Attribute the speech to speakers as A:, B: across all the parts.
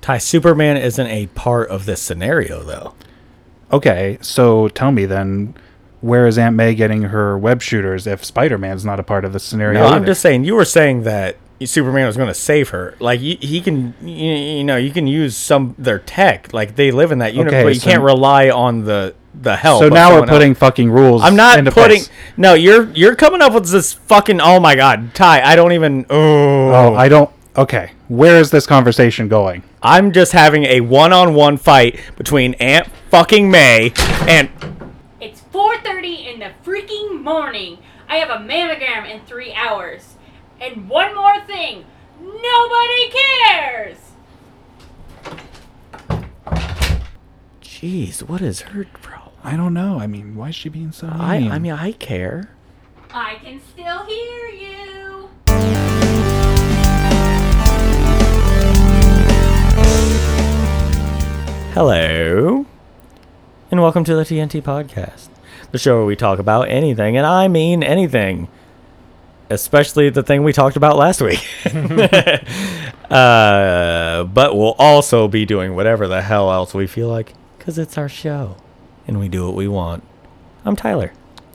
A: Ty, Superman isn't a part of this scenario, though.
B: Okay, so tell me then, where is Aunt May getting her web shooters if Spider Man's not a part of the scenario?
A: No, I'm
B: either?
A: just saying you were saying that Superman was going to save her. Like you, he can, you, you know, you can use some their tech. Like they live in that universe,
B: Okay,
A: but you
B: so-
A: can't rely on the the help.
B: so
A: of
B: now we're
A: someone else.
B: putting fucking rules.
A: I'm not
B: into
A: putting.
B: place.
A: No, you're you're coming up with this fucking. Oh my god, Ty! I don't even.
B: Oh,
A: Oh,
B: I don't. Okay, where is this conversation going?
A: I'm just having a one-on-one fight between Aunt fucking May and
C: It's 4:30 in the freaking morning. I have a mammogram in 3 hours. And one more thing. Nobody cares.
A: Jeez, what is her problem?
B: I don't know. I mean, why is she being so mean?
A: I, I mean, I care.
C: I can still hear you.
A: Hello, and welcome to the TNT podcast, the show where we talk about anything, and I mean anything, especially the thing we talked about last week. uh, but we'll also be doing whatever the hell else we feel like, because it's our show, and we do what we want. I'm Tyler.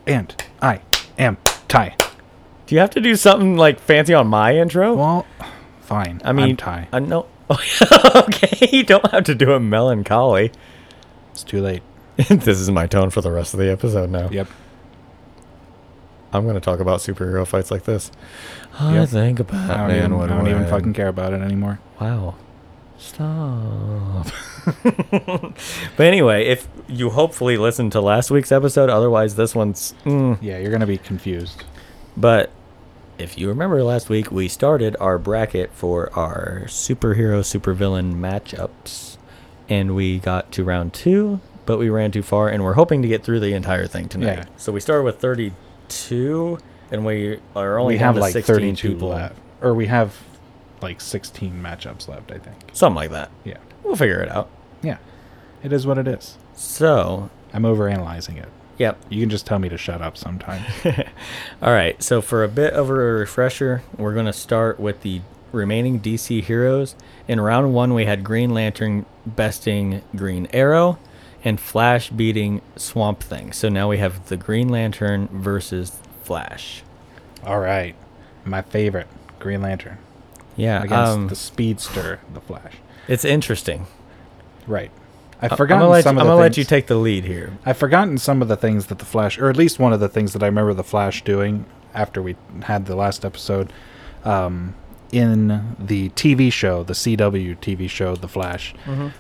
B: and I am Ty.
A: Do you have to do something like fancy on my intro?
B: Well, fine.
A: I mean,
B: I'm Ty.
A: I know. okay, you don't have to do a melancholy.
B: It's too late.
A: this is my tone for the rest of the episode now.
B: Yep.
A: I'm gonna talk about superhero fights like this. I
B: Yep.
A: think about
B: I don't,
A: man
B: even,
A: would
B: I don't even
A: win.
B: fucking care about it anymore.
A: wow. Stop. but anyway, if you hopefully listened to last week's episode, otherwise this one's. Mm.
B: Yeah, you're gonna be confused.
A: But if you remember last week, we started our bracket for our superhero supervillain matchups, and we got to round two, but we ran too far, and we're hoping to get through the entire thing tonight.
B: Yeah.
A: So we started with thirty-two, and we are only
B: we
A: down
B: have
A: to
B: like
A: 16
B: 32
A: people.
B: left, or we have like 16 matchups left. I think.
A: something like that.
B: Yeah.
A: We'll figure it out.
B: Yeah. It is what it is.
A: So,
B: I'm overanalyzing it.
A: yep.
B: You can just tell me to shut up sometimes.
A: All right, so for a bit of a refresher, we're going to start with the remaining DC heroes. In round one, we had Green Lantern besting Green Arrow and Flash beating Swamp Thing. So now we have the Green Lantern versus Flash.
B: All right. My favorite, Green Lantern
A: Yeah,
B: against
A: um,
B: the Speedster, the Flash.
A: it's interesting.
B: Right. I've
A: I-
B: forgotten
A: I'm gonna let,
B: some
A: you,
B: of
A: I'm
B: the
A: gonna let
B: things-
A: you take the lead here.
B: I've forgotten some of the things that the Flash, or at least one of the things that I remember the Flash doing after we had the last episode. Um, in the TV show, the CW TV show, The Flash,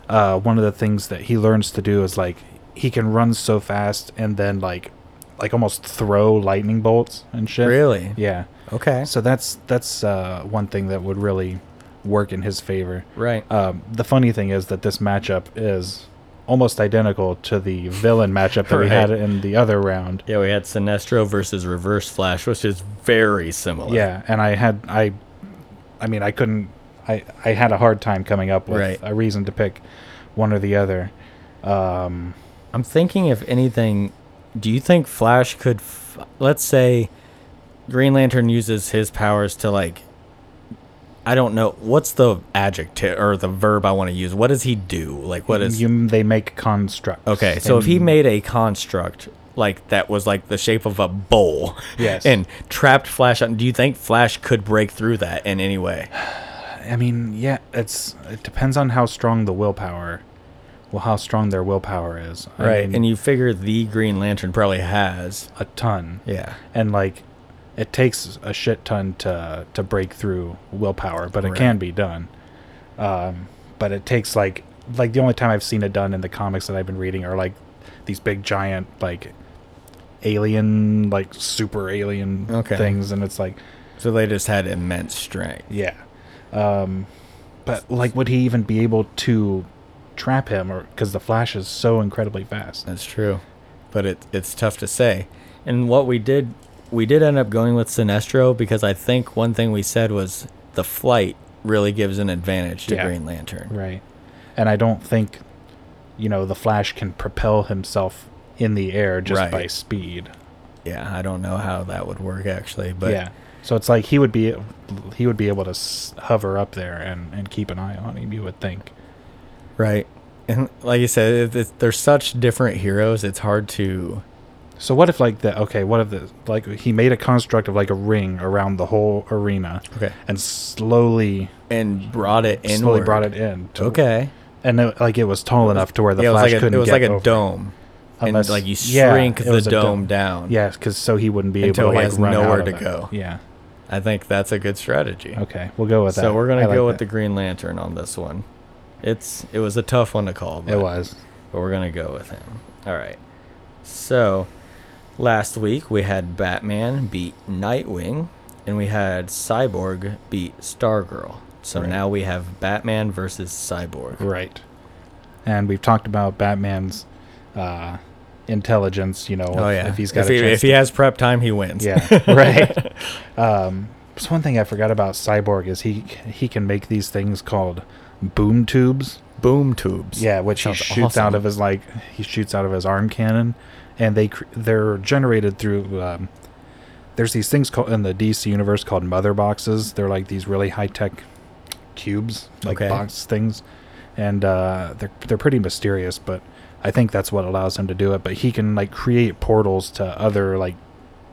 B: uh, one of the things that he learns to do is like he can run so fast and then like, like almost throw lightning bolts and shit.
A: Really?
B: Yeah.
A: Okay.
B: So that's that's uh, one thing that would really work in his favor.
A: Right.
B: Um, the funny thing is that this matchup is almost identical to the villain matchup that we
A: Right.
B: had in the other round.
A: yeah, we had Sinestro versus Reverse Flash, which is very similar.
B: Yeah, and I had I, I mean I couldn't I I had a hard time coming up with
A: Right.
B: a reason to pick one or the other. Um,
A: I'm thinking, if anything, do you think Flash could, f- let's say, Green Lantern uses his powers to like, I don't know, what's the adjective or the verb I want to use? What does he do? Like, what is?
B: you, they make constructs.
A: okay, so if he
B: and-
A: made a construct like that was like the shape of a bowl,
B: Yes.
A: and trapped Flash, on, do you think Flash could break through that in any way?
B: I mean, yeah, it's it depends on how strong the willpower, well, how strong their willpower is. I mean,
A: and you figure the Green Lantern probably has.
B: a ton.
A: Yeah.
B: and like it takes a shit ton to to break through willpower but it
A: Right.
B: can be done um but it takes like like the only time i've seen it done in the comics that i've been reading are like these big giant like alien like super alien
A: Okay.
B: things and it's like
A: So they just had immense strength.
B: yeah um but like would he even be able to trap him or because the flash is so incredibly fast
A: That's true, but it it's tough to say. And what we did, we did end up going with Sinestro because I think one thing we said was the flight really gives an advantage to
B: Yeah.
A: Green Lantern.
B: Right. And I don't think, you know, the Flash can propel himself in the air just
A: Right.
B: by speed.
A: Yeah, I don't know how that would work actually, but
B: yeah. So it's like he would be he would be able to s- hover up there and, and keep an eye on him. You would think.
A: right? And like you said, it, it's they're such different heroes. It's hard to
B: So what if like the okay, what if the like he made a construct of like a ring around the whole arena
A: okay
B: and slowly
A: and brought it in.
B: slowly brought it in. to-
A: Okay,
B: And it, like it was tall enough to where the
A: yeah, it was
B: flash
A: like a,
B: couldn't
A: it was
B: get
A: like a
B: over.
A: dome,
B: Unless-
A: and like you
B: yeah,
A: shrink
B: it
A: the
B: was a
A: dome,
B: dome.
A: down.
B: Yeah, because so he wouldn't be
A: Until
B: able
A: he
B: to like
A: has
B: run
A: nowhere
B: out
A: to
B: of it.
A: go.
B: Yeah.
A: I think that's a good strategy.
B: Okay, we'll go with that.
A: So we're gonna
B: I like
A: go with
B: that.
A: the Green Lantern on this one. It's it was a tough one to call, but,
B: It was.
A: but we're gonna go with him. All right. So last week we had Batman beat Nightwing, and we had Cyborg beat Stargirl. So
B: Right.
A: now we have Batman versus Cyborg.
B: Right. And we've talked about Batman's uh, intelligence, you know,
A: Oh
B: if,
A: yeah.
B: if he's got
A: if,
B: a
A: he,
B: chance
A: if he has prep time, he wins.
B: Yeah, right. um, so one thing I forgot about Cyborg is he he can make these things called boom tubes.
A: Boom tubes.
B: Yeah, which
A: Sounds
B: he shoots out
A: awesome.
B: of his like he shoots out of his arm cannon, and they cr- they're generated through. Um, there's these things called in the DC universe called mother boxes. They're like these really high tech cubes, like
A: Okay.
B: box things, and uh, they're they're pretty mysterious. But I think that's what allows him to do it. But he can like create portals to other like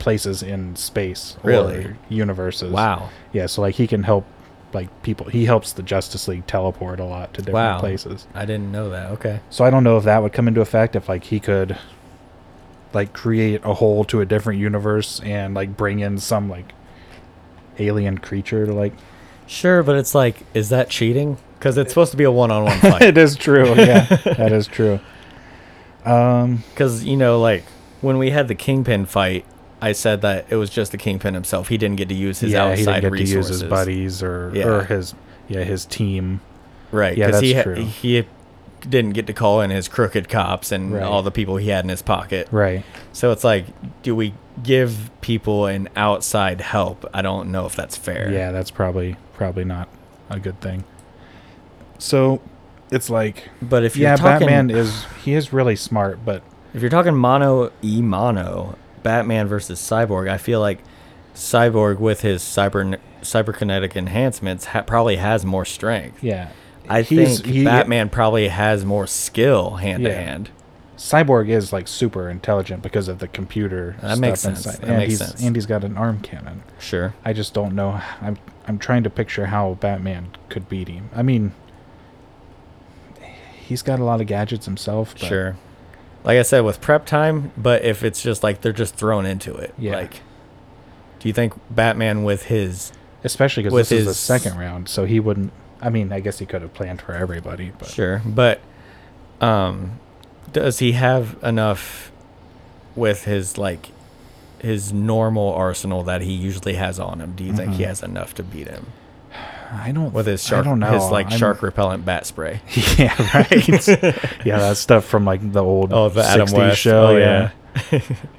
B: places in space
A: Really?
B: or universes.
A: Wow.
B: Yeah, so like he can help like people. He helps the Justice League teleport a lot to different
A: Wow.
B: places.
A: I didn't know that. Okay.
B: So I don't know if that would come into effect if like he could like create a hole to a different universe and like bring in some like alien creature to like
A: Sure, but it's like, is that cheating? Because it's supposed to be a one-on-one fight.
B: it is true yeah that is true um
A: Because you know, like when we had the Kingpin fight, I said that it was just the Kingpin himself. He didn't get to use his
B: yeah he
A: outside
B: didn't get
A: resources,
B: to use his buddies or
A: Yeah.
B: or his yeah his team
A: right?
B: Yeah,
A: Because he
B: that's
A: ha-
B: true.
A: he didn't get to call in his crooked cops and
B: Right.
A: all the people he had in his pocket.
B: right
A: So it's like, do we give people an outside help? I don't know if that's fair.
B: Yeah, that's probably probably not a good thing. So it's like
A: But if you're
B: yeah,
A: talking,
B: Batman is he is really smart, but
A: If you're talking mono e mono, Batman versus Cyborg, I feel like Cyborg with his cyber cyberkinetic enhancements ha- probably has more strength.
B: yeah.
A: I
B: he's-
A: think
B: he-
A: Batman probably has more skill hand to
B: Yeah.
A: hand.
B: Cyborg is like super intelligent because of the computer
A: That makes
B: stuff
A: sense. That
B: and
A: makes
B: he's
A: sense.
B: and he's got an arm cannon.
A: Sure.
B: I just don't know. h- I'm I'm trying to picture how Batman could beat him. I mean, he's got a lot of gadgets himself. But
A: Sure. Like I said, with prep time, but if it's just like they're just thrown into it.
B: Yeah.
A: Like, do you think Batman with his.
B: Especially because
A: With
B: this is the
A: his-
B: second round, so he wouldn't. I mean, I guess he could have planned for everybody, but
A: Sure. But um, does he have enough with his like his normal arsenal that he usually has on him? Do you think he has enough to beat him
B: I don't.
A: with his
B: Mm-hmm. I
A: shark,
B: don't know.
A: his like
B: I'm-
A: shark repellent bat spray?
B: Yeah, right. yeah, that stuff from like the old
A: Oh, the Adam
B: 60s
A: West.
B: show.
A: Oh,
B: yeah.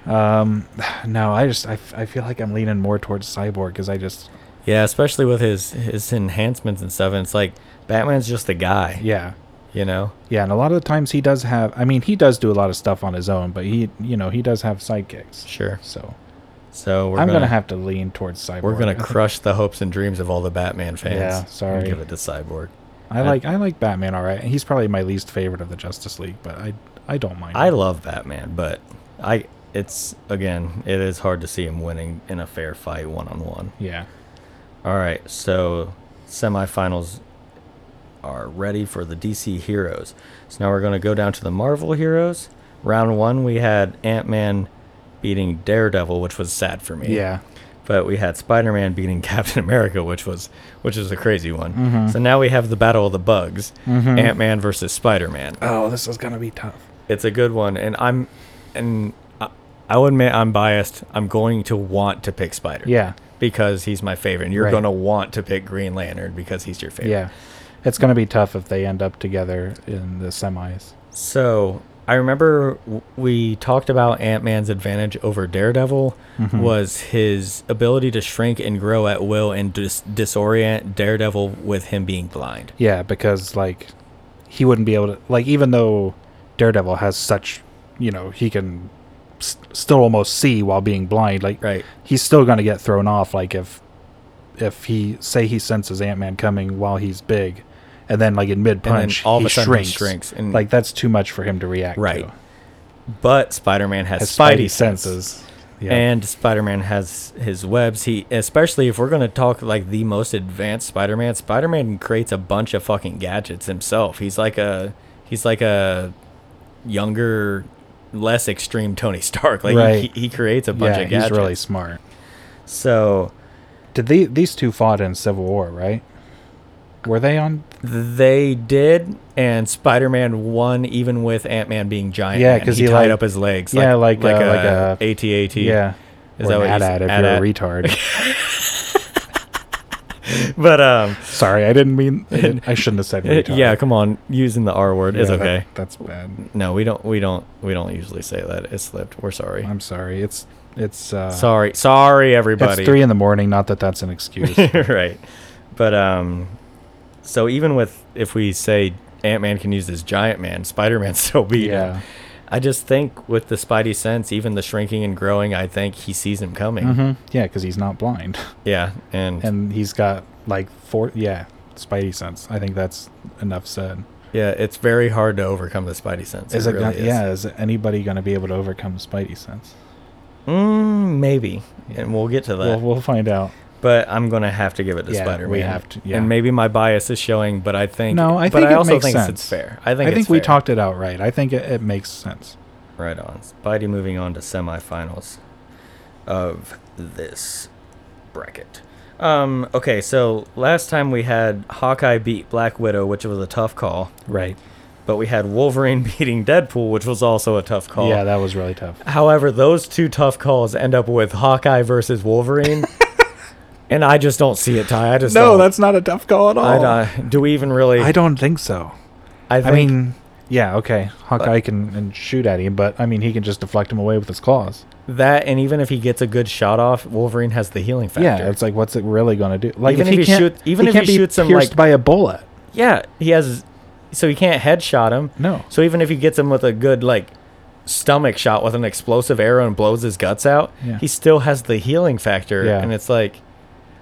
B: Um, no, I just I, f- I feel like I'm leaning more towards Cyborg because I just
A: Yeah, especially with his his enhancements and stuff. And it's like Batman's just a guy,
B: yeah
A: you know.
B: yeah, and a lot of the times he does have. I mean, he does do a lot of stuff on his own, but he you know he does have sidekicks.
A: Sure.
B: So
A: So we're
B: I'm gonna,
A: gonna,
B: have to lean towards Cyborg.
A: we're gonna
B: I think-
A: crush the hopes and dreams of all the Batman fans.
B: Yeah,
A: and
B: sorry.
A: Give it to Cyborg.
B: I like I like Batman all right. He's probably my least favorite of the Justice League, but I I don't mind.
A: I
B: him.
A: love Batman, but I it's again, it is hard to see him winning in a fair fight one on one.
B: yeah.
A: All right, so semifinals are ready for the DC heroes. So now we're going to go down to the Marvel heroes. Round 1 we had Ant-Man beating Daredevil, which was sad for me.
B: Yeah.
A: But we had Spider-Man beating Captain America, which was which is a crazy one.
B: Mm-hmm.
A: So now we have the battle of the bugs. Ant-Man versus Spider-Man
B: Oh, this is gonna be tough.
A: it's a good one and i'm and I, i'll admit i'm biased i'm going to want to pick spider
B: Yeah.
A: because he's my favorite and you're
B: Right.
A: going to want to pick green lantern because he's your favorite
B: Yeah. It's going to be tough if they end up together in the semis.
A: so i remember w- we talked about ant-man's advantage over daredevil was his ability to shrink and grow at will and dis- disorient daredevil with him being blind
B: Yeah, because like he wouldn't be able to like even though Daredevil has such, you know, he can s- still almost see while being blind, like
A: right
B: he's still going to get thrown off like if if he say he senses Ant-Man coming while he's big and then like in mid
A: then
B: punch,
A: all of
B: he
A: a sudden he
B: shrinks.
A: shrinks, and-
B: like that's too much for him to react.
A: Right.
B: to.
A: But Spider Man has,
B: His
A: Spidey, senses.
B: senses. Yeah.
A: And Spider Man has his webs. He, especially if we're going to talk like the most advanced Spider Man, Spider Man creates a bunch of fucking gadgets himself. He's like a, he's like a younger, less extreme Tony Stark. Like he-
B: Right.
A: he, he creates a bunch
B: yeah,
A: of gadgets.
B: he's really smart.
A: so
B: Did the, these two fought in Civil War, right? Were they on?
A: they did, and Spider Man won even with Ant Man being giant.
B: Yeah,
A: Man.
B: 'cause
A: he,
B: he,
A: tied
B: like-
A: up his legs.
B: yeah, like, uh, like a-
A: ATAT.
B: Yeah.
A: Is
B: or
A: that
B: an
A: what you s-
B: AT-AT if
A: AT-AT?
B: you're a retard.
A: but um,
B: Sorry, I didn't mean. I, didn't- I shouldn't have said retard.
A: yeah, come on, using the R word
B: Yeah,
A: is
B: that-
A: okay.
B: that's bad.
A: No, we don't. We don't. We don't usually say that. It slipped. We're sorry.
B: I'm sorry. It's it's uh,
A: sorry. Sorry,
B: it's
A: everybody.
B: three in the morning. Not that that's an excuse.
A: right. But um, so even with if we say Ant Man can use this giant man, Spider Man still beat him.
B: Yeah.
A: I just think with the Spidey sense, even the shrinking and growing, I think he sees him coming.
B: hmm Yeah, because he's not blind,
A: Yeah, and,
B: and he's got like four. Yeah, Spidey sense. I think that's enough said.
A: yeah, it's very hard to overcome the Spidey sense.
B: Is it?
A: it really
B: gonna,
A: is.
B: Yeah. Is anybody going to be able to overcome Spidey sense?
A: Mm, maybe, and we'll get to that.
B: We'll we'll find out.
A: But I'm gonna have to give it to
B: Yeah,
A: Spider-Man.
B: we have to- yeah.
A: And maybe my bias is showing, but I think
B: No, I
A: but
B: think
A: I
B: it
A: also
B: makes
A: think
B: sense.
A: it's fair. I think
B: I think
A: it's
B: we
A: fair.
B: talked it out right. I think it, it makes sense.
A: right on. Spidey moving on to semifinals of this bracket. Um, okay, so last time we had Hawkeye beat Black Widow, which was a tough call,
B: Right.
A: but we had Wolverine beating Deadpool, which was also a tough call.
B: Yeah, that was really tough.
A: However, those two tough calls end up with Hawkeye versus Wolverine, and I just don't see it, Ty. I just
B: No,
A: don't.
B: that's not a tough call at all.
A: I, don't- do we even really?
B: Oh. I don't think so.
A: I,
B: I
A: think,
B: mean, yeah, okay. Hawkeye can and shoot at him, but I mean, he can just deflect him away with his claws.
A: that, and even if he gets a good shot off, Wolverine has the healing factor.
B: Yeah, it's like, what's it really going to do? Like,
A: Even
B: if,
A: if
B: he
A: he
B: can't,
A: shoot- even
B: he
A: if
B: can't
A: he
B: be
A: shoots him,
B: pierced
A: like-
B: by a bullet.
A: Yeah, he has. So he can't headshot him.
B: No.
A: So even if he gets him with a good like stomach shot with an explosive arrow and blows his guts out,
B: Yeah.
A: he still has the healing factor.
B: Yeah.
A: And it's like,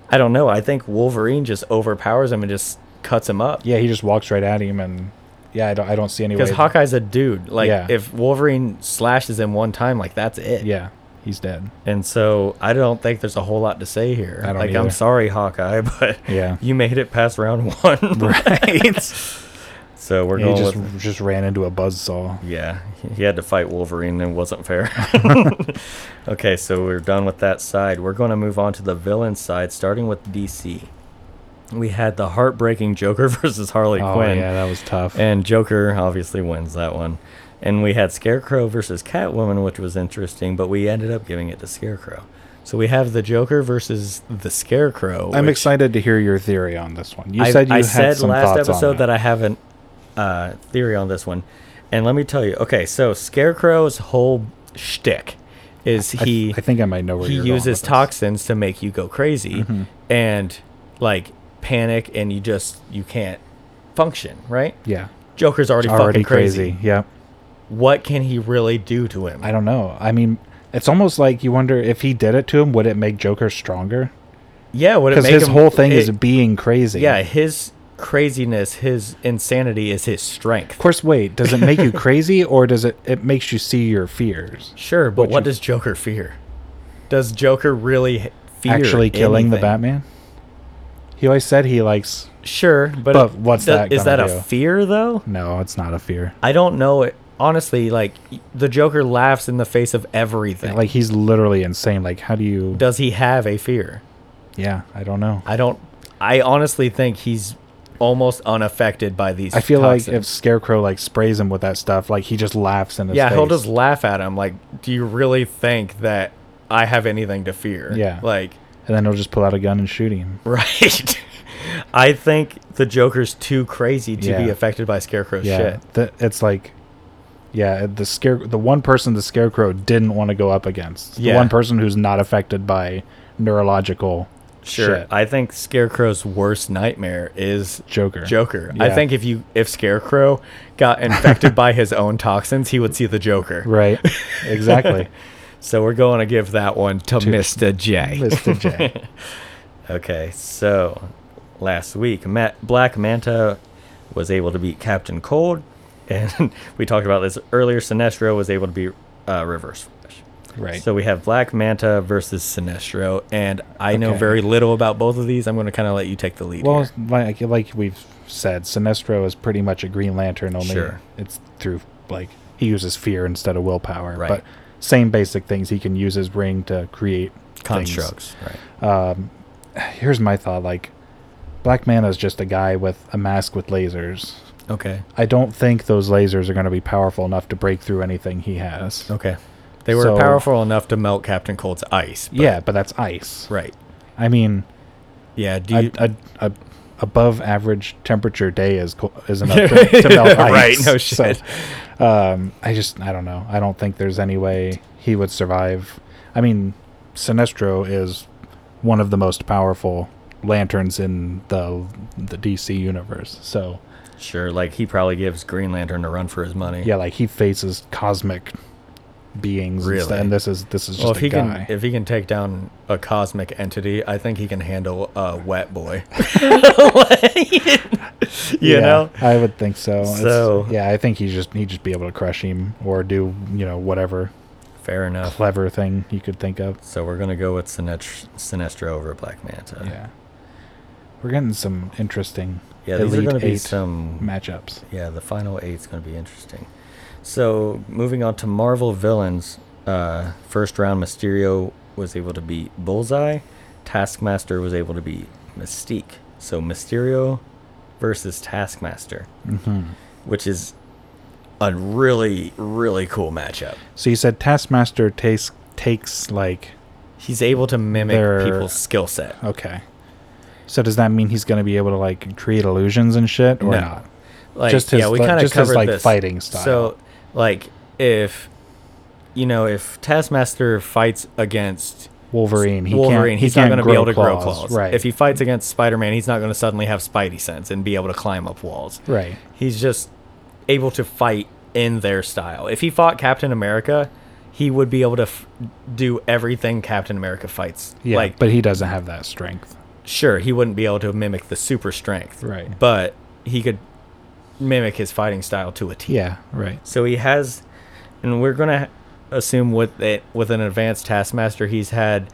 A: I don't know. I think Wolverine just overpowers him and just cuts him up.
B: Yeah, he just walks right at him, and yeah, I don't, I don't see any way.
A: Because
B: that-
A: Hawkeye's a dude. Like
B: Yeah.
A: if Wolverine slashes him one time, like that's it.
B: Yeah, he's dead.
A: And so I don't think there's a whole lot to say here.
B: I don't
A: like I'm
B: either.
A: sorry, Hawkeye, but
B: Yeah.
A: you made it past round one, right? so we're
B: He
A: going.
B: just
A: with,
B: just ran into a buzzsaw.
A: yeah, he had to fight Wolverine, and it wasn't fair. okay, so we're done with that side. We're going to move on to the villain side, starting with DC. We had the heartbreaking Joker versus Harley
B: Oh
A: Quinn.
B: yeah, that was tough.
A: And Joker obviously wins that one. And we had Scarecrow versus Catwoman, which was interesting, but we ended up giving it to Scarecrow. So we have the Joker versus the Scarecrow.
B: I'm
A: which
B: excited to hear your theory on this one. You
A: I-
B: said you
A: I
B: had
A: said
B: some
A: last
B: thoughts
A: episode
B: on
A: that I have a uh, theory on this one, and let me tell you. Okay, so Scarecrow's whole shtick is
B: I,
A: he
B: I think I might know where
A: he
B: you're going
A: uses
B: with this. Mm-hmm.
A: toxins to make you go crazy and like panic, and you just you can't function. Right?
B: Yeah,
A: Joker's already, fucking
B: already
A: crazy
B: crazy. Yeah,
A: what can he really do to him?
B: I don't know. I mean, it's almost like you wonder if he did it to him, would it make Joker stronger?
A: yeah, would it
B: Because
A: make
B: his
A: him-
B: whole thing
A: it-
B: is being crazy.
A: yeah,
B: Of
A: his craziness, his insanity is his strength.
B: course. Wait, does it make you crazy, or does it it makes you see your fears?
A: Sure, but
B: Which
A: what
B: you-
A: does Joker fear? Does Joker really h- fear
B: Actually, killing the
A: anything?
B: Batman. He always said he likes.
A: Sure, but,
B: But what's that
A: Is
B: gonna
A: that
B: do?
A: a fear though?
B: No, it's not a fear.
A: I don't know. It, honestly, like y- the Joker laughs in the face of everything.
B: Like he's literally insane. Like, how do you?
A: does he have a fear?
B: Yeah, I don't know.
A: I don't. I honestly think he's almost unaffected by these.
B: I feel like if
A: toxins.
B: Scarecrow like sprays him with that stuff, like he just laughs in his
A: yeah,
B: face.
A: he'll just laugh at him. Like, do you really think that I have anything to fear?
B: Yeah.
A: Like,
B: and then he'll just pull out a gun and shoot him.
A: right. I think the Joker's too crazy to be
B: Yeah.
A: affected by Scarecrow's
B: Yeah,
A: shit.
B: th- it's like, yeah, the scare the one person the Scarecrow didn't want to go up against.
A: Yeah.
B: The one person who's not affected by neurological
A: Sure.
B: shit.
A: I think Scarecrow's worst nightmare is
B: Joker.
A: Joker. I
B: Yeah.
A: think if you if Scarecrow got infected by his own toxins, he would see the Joker.
B: Right. Exactly.
A: So we're going to give that one to, Mr. J.
B: Mr. J.
A: Okay, so last week, Matt Black Manta was able to beat Captain Cold, and we talked about this earlier. Sinestro was able to beat uh, Reverse Flash.
B: Right.
A: So we have Black Manta versus Sinestro, and I know
B: Okay.
A: very little about both of these. I'm going to kind of let you take the lead.
B: well,
A: here.
B: like like we've said, Sinestro is pretty much a Green Lantern. Only
A: Sure.
B: it's through like he uses fear instead of willpower.
A: Right.
B: But same basic things. He can use his ring to create things.
A: constructs. Right.
B: Um, Here's my thought: like Black Manta is just a guy with a mask with lasers.
A: Okay.
B: I don't think those lasers are going to be powerful enough to break through anything he has.
A: Okay. They were
B: So-
A: powerful enough to melt Captain Cold's ice. but-
B: yeah, but that's ice.
A: Right.
B: I mean,
A: Yeah. Do you,
B: a, a, a above average temperature day is co- is enough to, to melt ice.
A: Right, no
B: So,
A: shit.
B: um, I just I don't know. I don't think there's any way he would survive. I mean, Sinestro is one of the most powerful lanterns in the the DC universe. So
A: sure. Like he probably gives Green Lantern a run for his money.
B: yeah, like he faces cosmic beings, and, stu-
A: Really?
B: and this is this is just
A: Well, if
B: a
A: he
B: guy.
A: can, if he can take down a cosmic entity, I think he can handle a wet boy. you
B: yeah,
A: know.
B: I would think so. It's-
A: So-
B: yeah, I think he just he'd just be able to crush him or do you know whatever
A: Fair enough.
B: clever thing you could think of.
A: So we're gonna go with Sinestro, Sinestro over Black Manta.
B: Yeah, Uh, we're getting some interesting
A: Yeah. These are
B: Elite
A: gonna be
B: Eight
A: some
B: matchups.
A: Yeah, the final eight's going to be interesting. So, moving on to Marvel villains, uh, first round Mysterio was able to beat Bullseye, Taskmaster was able to beat Mystique. So, Mysterio versus Taskmaster, Mm-hmm. which is a really, really cool matchup.
B: So you said Taskmaster takes takes like
A: He's able to mimic
B: They're-
A: people's skill set.
B: okay. So does that mean he's going to be able to like create illusions and shit or
A: No.
B: not?
A: like
B: Just
A: yeah,
B: his,
A: we
B: like,
A: kind of
B: just his,
A: covered
B: like,
A: this.
B: fighting style.
A: So like if you know if Taskmaster fights against
B: Wolverine, he
A: Wolverine,
B: can't,
A: he's
B: he
A: not
B: can't
A: going to be able to grow claws.
B: right?
A: If he fights against Spider Man, he's not going to suddenly have Spidey sense and be able to climb up walls.
B: right,
A: He's just able to fight in their style. If he fought Captain America, he would be able to f- do everything Captain America fights.
B: yeah,
A: like
B: but he doesn't have that strength.
A: sure he wouldn't be able to mimic the super strength
B: Right.
A: but he could mimic his fighting style to a t
B: Yeah, right.
A: so he has and we're gonna assume with it with an advanced taskmaster he's had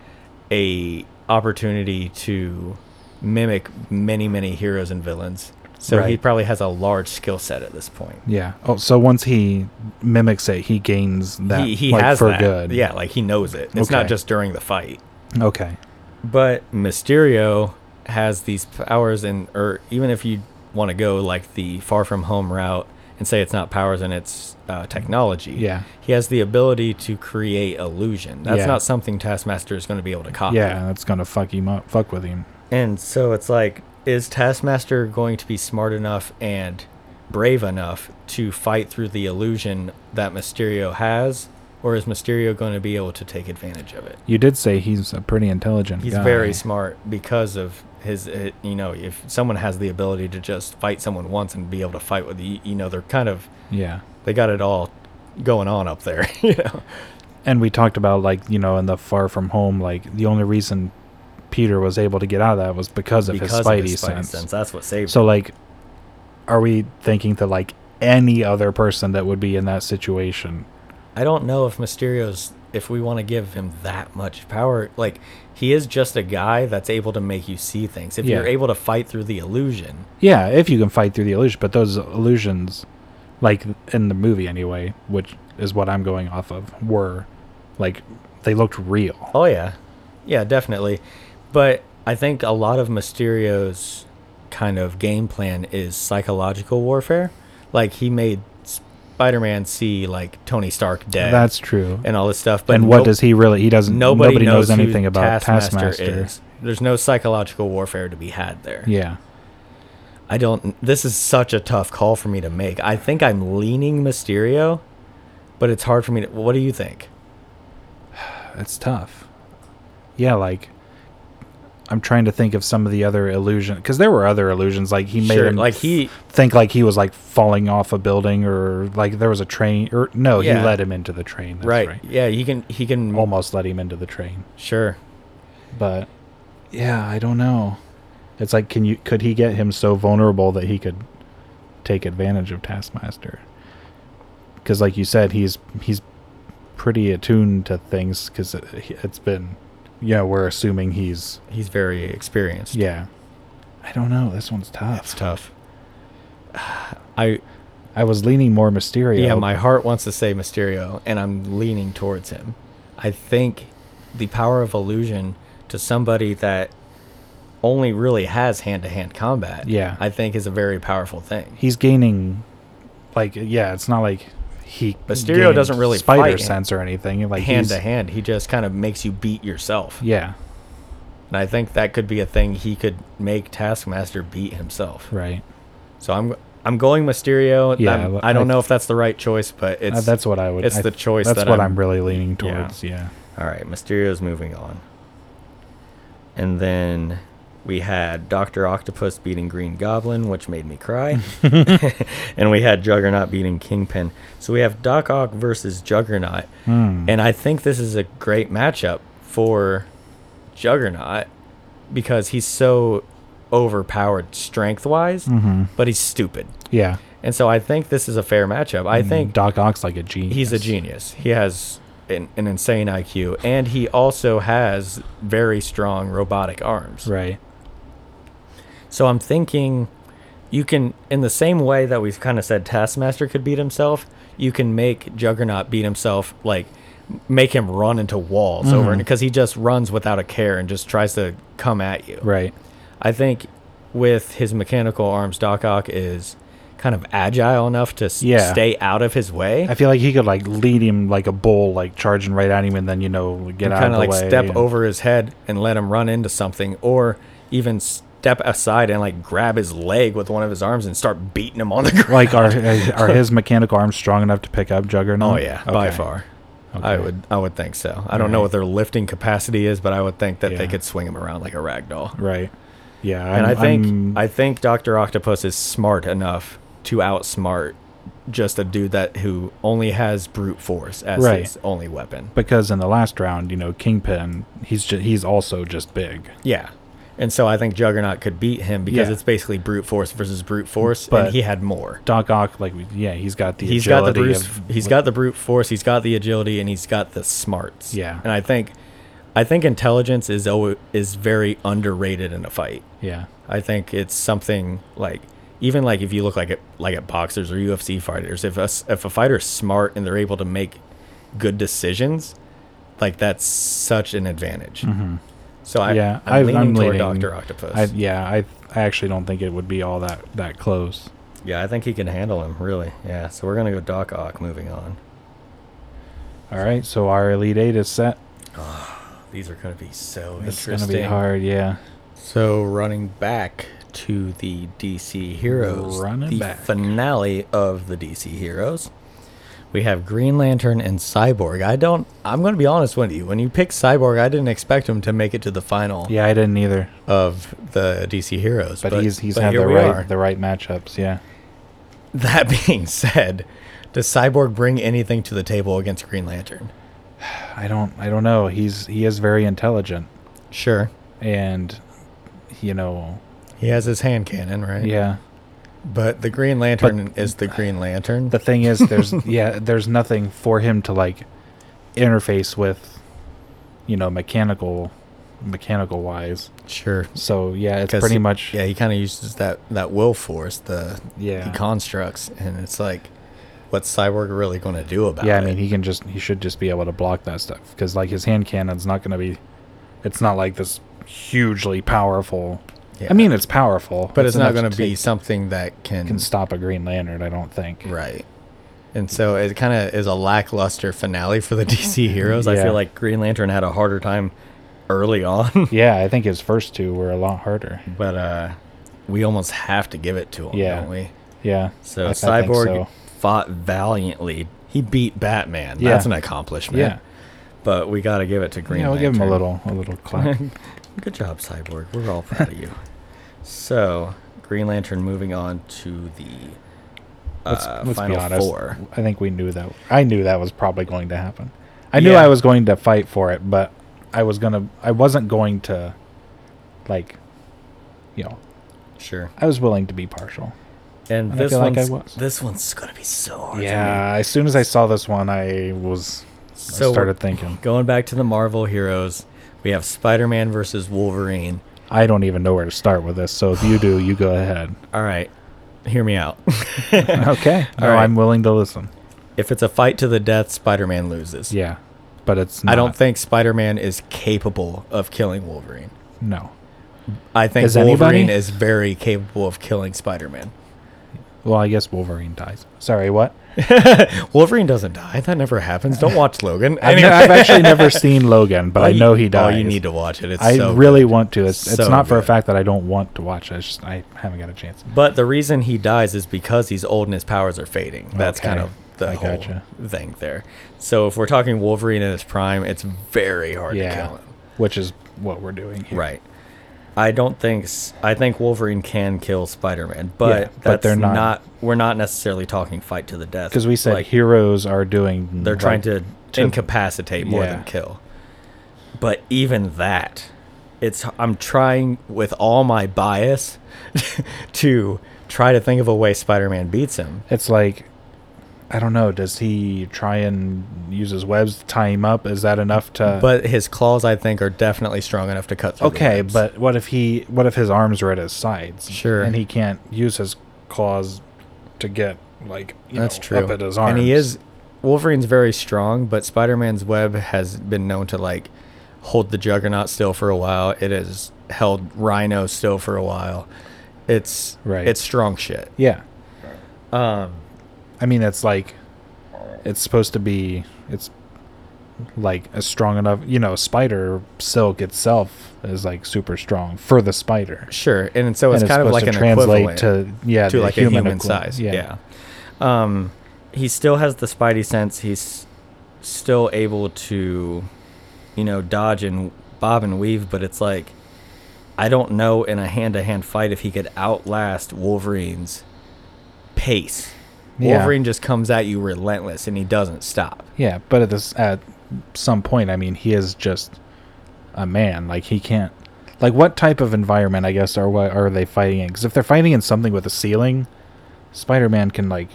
A: a opportunity to mimic many many heroes and villains so he
B: Right.
A: probably has a large skill set at this point
B: Yeah. Oh, so once he mimics it, he gains that
A: he, he
B: like,
A: has
B: for
A: that.
B: good.
A: yeah like he knows it it's not
B: Okay.
A: just during the fight
B: Okay.
A: But Mysterio has these powers, and or even if you want to go like the far from home route and say it's not powers and it's uh, technology,
B: Yeah.
A: he has the ability to create illusion. That's
B: Yeah.
A: not something Taskmaster is going to be able to copy.
B: Yeah, that's gonna fuck him up. Fuck with him.
A: and so it's like, is Taskmaster going to be smart enough and brave enough to fight through the illusion that Mysterio has, or is Mysterio going to be able to take advantage of it?
B: You did say he's a pretty intelligent.
A: He's
B: guy.
A: very smart because of his, uh, you know, if someone has the ability to just fight someone once and be able to fight with you, you know, they're kind of,
B: Yeah.
A: they got it all going on up there, you know?
B: And we talked about like you know in the far from home, like the only reason Peter was able to get out of that was because of his Spidey, sense.
A: That's what saved
B: So like, are we thinking that like any other person that would be in that situation?
A: him. I don't know if Mysterio's, if we want to give him that much power, like, he is just a guy that's able to make you see things. If
B: Yeah.
A: you're able to fight through the illusion,
B: Yeah, if you can fight through the illusion, but those illusions, like in the movie anyway, which is what I'm going off of, were like they looked real.
A: Oh yeah, yeah, definitely. But I think a lot of Mysterio's kind of game plan is psychological warfare. Like he made Spider-Man see like Tony Stark dead
B: That's true.
A: and all this stuff. But
B: and what
A: no-
B: does he really? He doesn't.
A: nobody, knows, who
B: anything about Taskmaster.
A: Is. There's no psychological warfare to be had there.
B: Yeah,
A: I don't. This is such a tough call for me to make. I think I'm leaning Mysterio, but it's hard for me to. What do you think?
B: it's tough. Yeah, like I'm trying to think of some of the other illusion because there were other illusions. Like he made
A: Sure,
B: him
A: like he
B: think like he was like falling off a building or like there was a train or no,
A: Yeah.
B: he let him into the train. That's
A: right,
B: right. Oh
A: Yeah, he can. He can.
B: Almost let him into the train,
A: Sure.
B: but yeah, I don't know. It's like, can you could he get him so vulnerable that he could take advantage of Taskmaster. Because, like you said, he's he's pretty attuned to things. Because it, it's been, yeah, we're assuming he's
A: He's very experienced.
B: yeah. I don't know. This one's
A: It's
B: tough.
A: tough. I
B: I was leaning more Mysterio.
A: yeah, my heart wants to say Mysterio, and I'm leaning towards him. I think the power of illusion to somebody that only really has hand to hand combat.
B: Yeah.
A: I think is a very powerful thing.
B: he's gaining like yeah it's not like he
A: Mysterio
B: gained
A: doesn't really
B: spider
A: fight
B: sense or anything like
A: Hand
B: he's-
A: to hand, he just kind of makes you beat yourself.
B: yeah
A: And I think that could be a thing he could make Taskmaster beat himself.
B: right
A: So I'm I'm going Mysterio.
B: Yeah,
A: I'm-
B: I-
A: I don't
B: I-
A: know if that's the right choice, but
B: Uh,
A: it's
B: that's what i would
A: it's
B: I-
A: the choice
B: that's
A: that
B: what
A: I'm-
B: I'm, really leaning
A: Yeah.
B: towards yeah.
A: All right, Mysterio's moving on. And then we had Doctor Octopus beating Green Goblin, which made me cry. and we had Juggernaut beating Kingpin. So we have Doc Ock versus Juggernaut.
B: Hmm.
A: And I think this is a great matchup for Juggernaut because he's so overpowered strength wise,
B: Mhm.
A: but he's stupid.
B: yeah Mm,
A: And so I think this is a fair matchup.
B: Hmm.
A: I think
B: doc ock's like a genius
A: he's a genius. He has an, an insane IQ, and he also has very strong robotic arms.
B: right
A: So I'm thinking you can, in the same way that we've kind of said Taskmaster could beat himself, you can make Juggernaut beat himself, like make him run into walls over
B: Mm-hmm.
A: and because he just runs without a care and just tries to come at you.
B: right
A: I think with his mechanical arms, Doc Ock is kind of agile enough to s-
B: Yeah.
A: stay out of his way.
B: i feel like he could like lead him like a bull like charging right at him and then you know get out of
A: kind
B: the
A: of like
B: way
A: step
B: and-
A: over his head and let him run into something, or even step aside and like grab his leg with one of his arms and start beating him on the ground.
B: like are are his mechanical arms strong enough to pick up juggernaut
A: oh yeah, by
B: Okay.
A: far. I
B: Okay.
A: would I would think so. I don't know what their lifting capacity is, but I would think that
B: Yeah.
A: they could swing him around like a rag doll.
B: right yeah
A: And i
B: I'm-
A: think
B: I'm-
A: I think Doctor Octopus is smart enough to outsmart just a dude that who only has brute force as
B: Right.
A: his only weapon.
B: because in the last round, you know, Kingpin, he's just, he's also just big.
A: Yeah. And so I think Juggernaut could beat him because
B: Yeah.
A: it's basically brute force versus brute force,
B: But-
A: and he had more.
B: Doc Ock, like, we- yeah, he's got the
A: He's got the
B: agility.
A: brute,
B: of-
A: he's got the brute force, he's got the agility, and he's got the smarts.
B: Yeah.
A: and I think, I think intelligence is alwa is very underrated in a fight.
B: yeah,
A: I think it's something like even like if you look like at like at boxers or UFC fighters, if a s if a fighter's smart and they're able to make good decisions, like that's such an advantage. So I,
B: Mm-hmm. yeah.
A: I'm
B: I've-
A: leaning
B: I'm
A: toward
B: leaning-
A: Doctor Octopus.
B: I, yeah, I I actually don't think it would be all that that close.
A: Yeah, I think he can handle him, really. Yeah, so we're going to go Doc Ock moving on.
B: All right, so our Elite Eight is set.
A: These are going to be so
B: It's gonna
A: interesting.
B: be hard. Yeah,
A: So, running back to the DC Heroes,
B: Running
A: the
B: back.
A: finale of the DC Heroes. We have Green Lantern and Cyborg. I don't, I'm going to be honest with you. When you pick Cyborg, I didn't expect him to make it to the final
B: yeah, I didn't either.
A: of the DC Heroes.
B: But, he's he's
A: but
B: had
A: here
B: the
A: we
B: right
A: are.
B: the right matchups. Yeah,
A: That being said, does Cyborg bring anything to the table against Green Lantern?
B: I don't I don't know. He's he is very intelligent,
A: Sure.
B: and you know,
A: He has his hand cannon, right?
B: yeah.
A: But the Green Lantern is the Green Lantern.
B: the thing is there's yeah there's nothing for him to like interface with you know mechanical mechanical wise
A: sure.
B: so yeah it's
A: 'Cause
B: pretty
A: he-
B: much
A: Yeah, he kind of uses that that will force, the
B: Yeah.
A: the constructs, and it's like, what's Cyborg really going to do about
B: yeah i
A: it?
B: mean he can just he should just be able to block that stuff because like his hand cannon's not going to be it's not like this hugely powerful
A: Yeah.
B: i mean it's powerful
A: but it's, not
B: enough
A: going to be
B: take-
A: something that can,
B: can stop a green lantern i don't think
A: right. And so it kind of is a lackluster finale for the DC heroes. I
B: Yeah.
A: feel like Green Lantern had a harder time early on,
B: yeah i think his first two were a lot harder
A: but uh, we almost have to give it to him,
B: Yeah.
A: don't we?
B: yeah
A: So
B: I- I think
A: Cyborg
B: so.
A: fought valiantly. He beat Batman.
B: Yeah.
A: That's an accomplishment.
B: yeah
A: But we got to give it to Green
B: yeah we'll
A: Lantern.
B: give him a little a little clap
A: Good job, Cyborg. We're all proud of you. So Green Lantern moving on to the
B: let's,
A: uh,
B: let's
A: final
B: be honest.
A: four.
B: I think we knew that. I knew that was probably going to happen. I knew
A: Yeah.
B: I was going to fight for it, but I was gonna. I wasn't going to, like, you know,
A: Sure.
B: I was willing to be partial.
A: And
B: I
A: this
B: feel like I
A: one's
B: was.
A: this one's gonna be so hard. to make.
B: Yeah, as soon as I saw this one, I was
A: So
B: I started thinking.
A: going back to the Marvel heroes, we have Spider-Man versus Wolverine.
B: I don't even know where to start with this. So if you do, you go ahead.
A: All right, hear me out.
B: Okay. No,
A: right.
B: I'm willing to listen.
A: if it's a fight to the death, Spider-Man loses.
B: Yeah, but it's. Not,
A: I don't think Spider-Man is capable of killing Wolverine.
B: No.
A: I think
B: Is
A: Wolverine
B: anybody?
A: is very capable of killing Spider-Man.
B: Well, I guess Wolverine dies. Sorry, what?
A: Wolverine doesn't die. That never happens. Don't watch Logan.
B: I've, ne- I've actually never seen Logan, but
A: All
B: I
A: you-
B: know he dies.
A: Oh, you need to watch it. It's
B: I
A: so
B: really
A: good.
B: want to. It's,
A: So
B: it's not for a
A: good.
B: fact that I don't want to watch it. It's just I haven't got a chance.
A: But the reason he dies is because he's old and his powers are fading. That's
B: Okay.
A: kind of the
B: I
A: whole
B: gotcha.
A: thing there. So if we're talking Wolverine in his prime, it's very hard to
B: Yeah,
A: kill him.
B: which is what we're doing here.
A: Right. I don't think s- I think Wolverine can kill Spider-Man, but
B: Yeah,
A: that's
B: but they're
A: not,
B: not-
A: We're not necessarily talking fight to the death
B: Because we said
A: like,
B: heroes are doing.
A: they're
B: like-
A: trying to, incapacitate more
B: Yeah.
A: than kill. But even that, it's I'm trying with all my bias to try to think of a way Spider-Man beats him.
B: It's like, I don't know. Does he try and use his webs to tie him up? Is that enough to?
A: But his claws, I think, are definitely strong enough to cut through. the
B: Uh. okay,
A: webs.
B: but what if he? What if his arms are at his sides?
A: Sure.
B: And he can't use his claws to get like you
A: that's
B: know,
A: true.
B: up at his arms.
A: And he is Wolverine's very strong, but Spider-Man's web has been known to like hold the Juggernaut still for a while. It has held Rhino still for a while. It's
B: Right.
A: It's strong shit.
B: Yeah.
A: Um,
B: I mean, it's like it's supposed to be. It's like a strong enough. You know, spider silk itself is like super strong for the spider.
A: sure. And so it's
B: and
A: kind of
B: supposed
A: like
B: to
A: an
B: translate
A: equivalent
B: to yeah
A: to
B: the
A: like a human,
B: equivalent.
A: size. Yeah. Um, he still has the Spidey sense. He's still able to, you know, dodge and bob and weave. But it's like, I don't know in a hand-to-hand fight if he could outlast Wolverine's pace.
B: Yeah.
A: Wolverine just comes at you relentless, and he doesn't stop.
B: Yeah, but at this at some point, I mean, he is just a man. Like he can't. Like what type of environment, I guess, are what are they fighting in? Because if they're fighting in something with a ceiling, Spider-Man can like,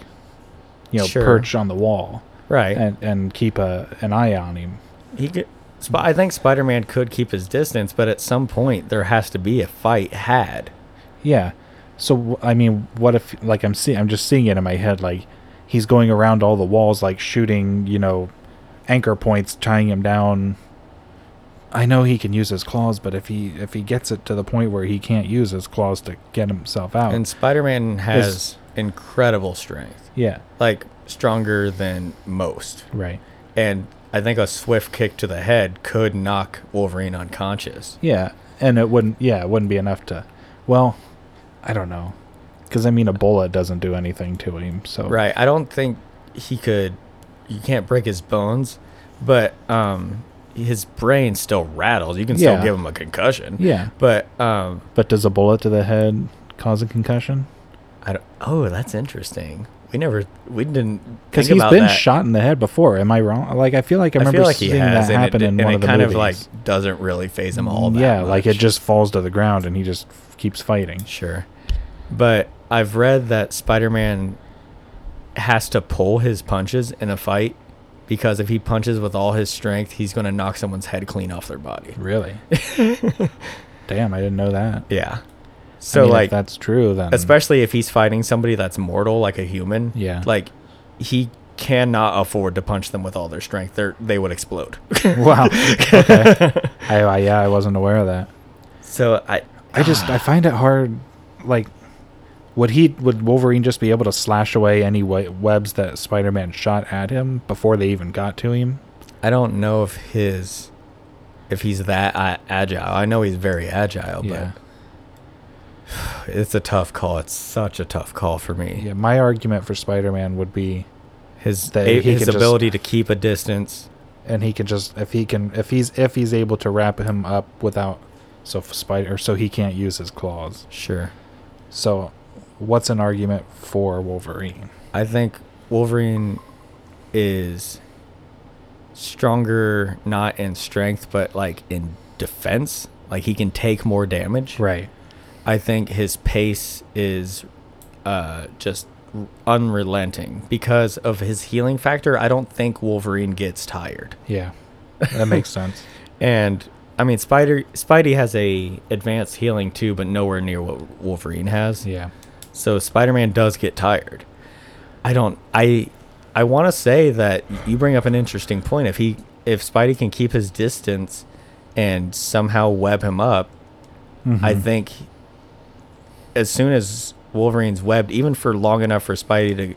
B: you know,
A: Sure.
B: perch on the wall
A: Right.
B: and and keep a an eye on him.
A: He could. Sp- I think Spider-Man could keep his distance, but at some point there has to be a fight had.
B: Yeah. So w- I mean, what if like I'm seeing I'm just seeing it in my head like he's going around all the walls like shooting, you know, anchor points tying him down. I know he can use his claws, but if he if he gets it to the point where he can't use his claws to get himself out.
A: And Spider-Man has incredible strength.
B: yeah.
A: like stronger than most.
B: Right.
A: And I think a swift kick to the head could knock Wolverine unconscious.
B: Yeah. And it wouldn't yeah, it wouldn't be enough to well, I don't know. Cuz I mean a bullet doesn't do anything to him. So
A: Right. I don't think he could you can't break his bones, but um his brain still rattles. You can still
B: Yeah.
A: give him a concussion.
B: Yeah.
A: But um
B: But does a bullet to the head cause a concussion?
A: I don't, oh, that's interesting. We never we didn't
B: Because
A: think
B: he's
A: about
B: been
A: that.
B: shot in the head before. Am I wrong? Like I feel like I
A: I
B: remember
A: feel like he
B: seeing
A: has
B: that
A: and
B: happen
A: it,
B: in
A: and
B: one
A: it
B: of the
A: kind
B: movies. Mm,
A: of like doesn't really phase him all that
B: yeah, like it
A: much.
B: just falls to the ground and he just f- keeps fighting.
A: Sure. But I've read that Spider Man has to pull his punches in a fight because if he punches with all his strength, he's going to knock someone's head clean off their body.
B: Really? Damn, I didn't know that.
A: Yeah.
B: I
A: So,
B: mean, if
A: like,
B: that's true. Then
A: especially if he's fighting somebody that's mortal, like a human.
B: Yeah.
A: Like, he cannot afford to punch them with all their strength. They're, they would explode.
B: wow. Okay. I, I yeah, I wasn't aware of that.
A: so, I.
B: I just
A: Ah.
B: I find it hard. Like, would he would Wolverine just be able to slash away any we- webs that Spider-Man shot at him before they even got to him?
A: I don't know if his. If he's that uh, agile, I know he's very agile, but It's a tough call. It's such a tough call for me.
B: yeah. My argument for Spider-Man would be
A: His
B: That
A: a-
B: he
A: his
B: could just-
A: ability to keep a distance.
B: and he can just if he can if he's if he's able to wrap him up without so f- spider so he can't use his claws.
A: Sure.
B: So what's an argument for Wolverine?
A: I think Wolverine is stronger not in strength but like in defense. Like he can take more damage.
B: Right.
A: I think his pace is uh, just r- unrelenting because of his healing factor. I don't think Wolverine gets tired.
B: Yeah, that makes sense.
A: And I mean, Spider Spidey has a advanced healing too, but nowhere near what Wolverine has.
B: Yeah,
A: So Spider-Man does get tired. I don't. I I want to say that you bring up an interesting point. If he if Spidey can keep his distance and somehow web him up, I
B: Mm-hmm.
A: think as soon as Wolverine's webbed, even for long enough for Spidey to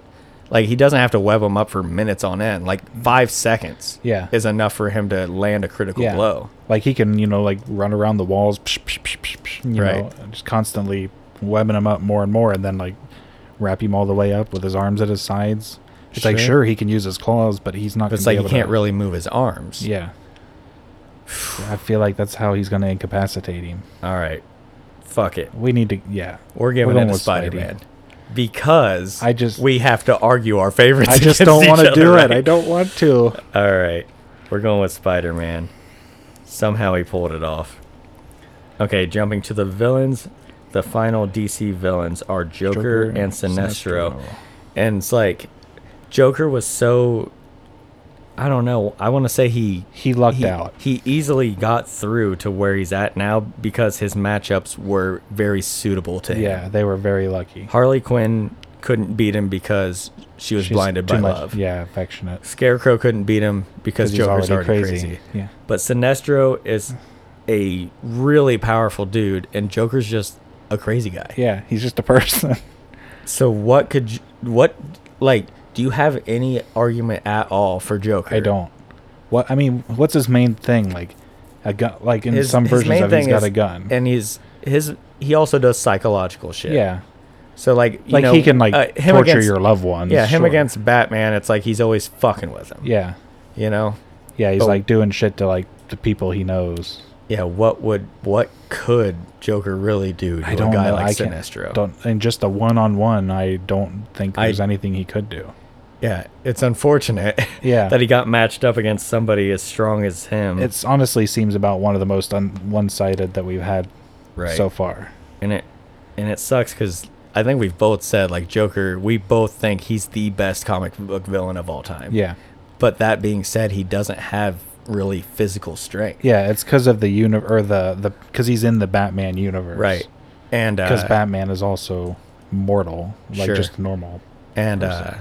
A: like he doesn't have to web him up for minutes on end. Like five seconds
B: Mm. Yeah.
A: is enough for him to land a critical
B: yeah.
A: blow.
B: Like he can, you know, like run around the walls, psh, psh, psh, psh, psh, you
A: Right.
B: know, just constantly webbing him up more and more, and then like wrap him all the way up with his arms at his sides. It's like
A: Sure.
B: sure he can use his claws, but he's not.
A: But it's
B: gonna
A: like he
B: be able
A: can't
B: to-
A: really move his arms.
B: Yeah. I feel like that's how he's going to incapacitate him.
A: All right. Fuck it.
B: We need to, yeah.
A: We're giving
B: We're
A: it
B: going
A: to
B: with Spidey.
A: Spider Man because
B: I just-
A: we have to argue our favorites.
B: I
A: against
B: just don't
A: each
B: want to
A: other,
B: do
A: right?
B: it. I don't want to.
A: All right, we're going with Spider Man. Somehow he pulled it off. Okay, jumping to the villains. The final DC villains are Joker, and Sinestro. and it's like Joker was so. I don't know. I want to say he
B: He lucked
A: he,
B: out.
A: He easily got through to where he's at now because his matchups were very suitable to him.
B: Yeah, they were very lucky.
A: Harley Quinn couldn't beat him because she was
B: She's
A: blinded
B: too
A: by
B: much-
A: love.
B: Yeah, affectionate.
A: Scarecrow couldn't beat him because
B: he's
A: Joker's already, crazy.
B: Yeah.
A: But Sinestro is a really powerful dude, and Joker's just a crazy guy.
B: Yeah, he's just a person.
A: So what could you, what like? Do you have any argument at all for Joker?
B: I don't. What I mean, what's his main thing? Like a gun. Like in
A: His-
B: some
A: his
B: versions
A: main
B: of, he's
A: thing
B: got
A: is-
B: a gun.
A: and he's his. He also does psychological shit.
B: yeah,
A: So like, you
B: like
A: know,
B: he can like
A: uh, him
B: torture
A: against,
B: your loved ones.
A: Yeah, him
B: sure.
A: against Batman. It's like he's always fucking with him.
B: Yeah,
A: You know.
B: yeah, he's
A: But-
B: like doing shit to like the people he knows.
A: Yeah, what would what could Joker really do to
B: I don't
A: a guy
B: know.
A: like
B: I can't-
A: Sinestro?
B: Don't and just a one on one. I don't think
A: I-
B: there's anything he could do.
A: Yeah, it's unfortunate
B: Yeah.
A: that he got matched up against somebody as strong as him.
B: It's honestly seems about one of the most un- one sided that we've had
A: Right.
B: so far.
A: and it and it sucks because I think we've both said like Joker. We both think he's the best comic book villain of all time.
B: Yeah,
A: But that being said, he doesn't have really physical strength.
B: yeah. It's because of the uni or the the because he's in the Batman universe,
A: Right. And
B: Because
A: uh,
B: Batman is also mortal, like
A: Sure.
B: just normal.
A: and uh,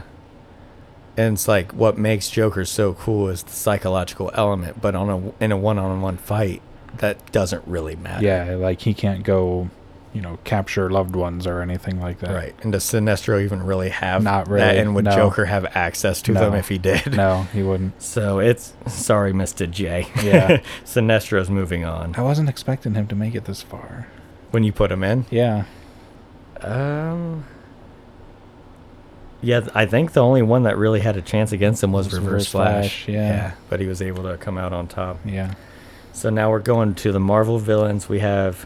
A: and it's like what makes Joker so cool is the psychological element. But on a in a one on one fight, that doesn't really matter.
B: Yeah, like he can't go, you know, capture loved ones or anything like that.
A: Right. And does Sinestro even really have
B: Not
A: that?
B: really,
A: And would
B: no.
A: Joker have access to
B: No.
A: them if he did?
B: No, he wouldn't.
A: So it's sorry, Mr. J.
B: Yeah.
A: Sinestro's moving on.
B: I wasn't expecting him to make it this far.
A: When you put him in?
B: Yeah.
A: Um Yeah, th- I think the only one that really had a chance against him was,
B: Was
A: Reverse,
B: Reverse
A: Flash.
B: Flash, yeah.
A: But he was able to come out on top.
B: Yeah.
A: So now we're going to the Marvel villains. We have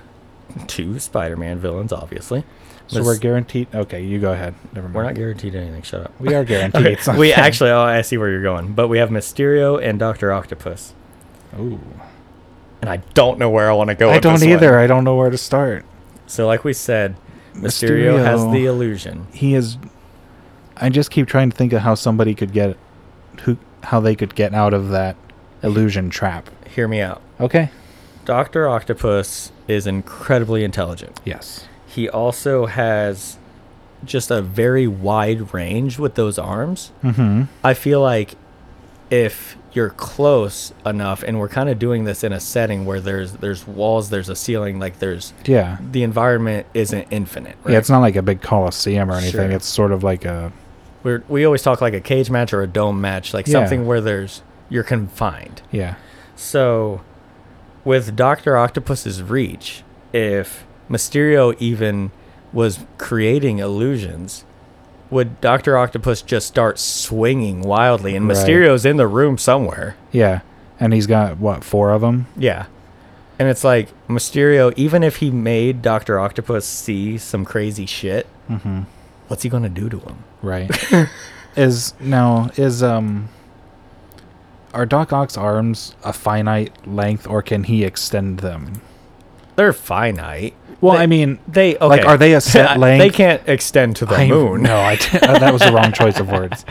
A: two Spider Man villains, obviously.
B: So
A: Let's-
B: we're guaranteed. Okay, you go ahead. Never mind.
A: we're not guaranteed anything. Shut up.
B: We are guaranteed.
A: Okay,
B: something.
A: we actually, oh, I see where you're going. But we have Mysterio and Doctor Octopus,
B: Ooh.
A: and I don't know where I want to go.
B: I
A: with
B: don't
A: this one.
B: either. I don't know where to start.
A: So, like we said, Mysterio, has
B: Mysterio.
A: the illusion.
B: He is. I just keep trying to think of how somebody could get, who, how they could get out of that illusion trap.
A: Hear me out.
B: Okay.
A: Doctor Octopus is incredibly intelligent.
B: Yes.
A: He also has just a very wide range with those arms.
B: Mm-hmm.
A: I feel like if you're close enough, and we're kind of doing this in a setting where there's there's walls, there's a ceiling, like there's
B: Yeah.
A: the environment isn't infinite. Right?
B: Yeah. It's not like a big coliseum or anything.
A: Sure.
B: It's sort of like a
A: We're, we always talk like a cage match or a dome match, like
B: Yeah.
A: something where there's you're confined.
B: yeah.
A: So, with Doctor Octopus's reach, if Mysterio even was creating illusions, would Doctor Octopus just start swinging wildly? And
B: Right.
A: Mysterio's in the room somewhere.
B: Yeah. And he's got what four of them?
A: Yeah. And it's like Mysterio, even if he made Doctor Octopus see some crazy shit,
B: Mm-hmm.
A: what's he gonna do to him?
B: Right. is now is um are Doc Ock's arms a finite length or can he extend them?
A: They're finite.
B: Well,
A: They-
B: I mean,
A: They okay.
B: Like, are they a set length?
A: they can't extend to the
B: I-
A: moon.
B: No, I d- that was the wrong choice of words.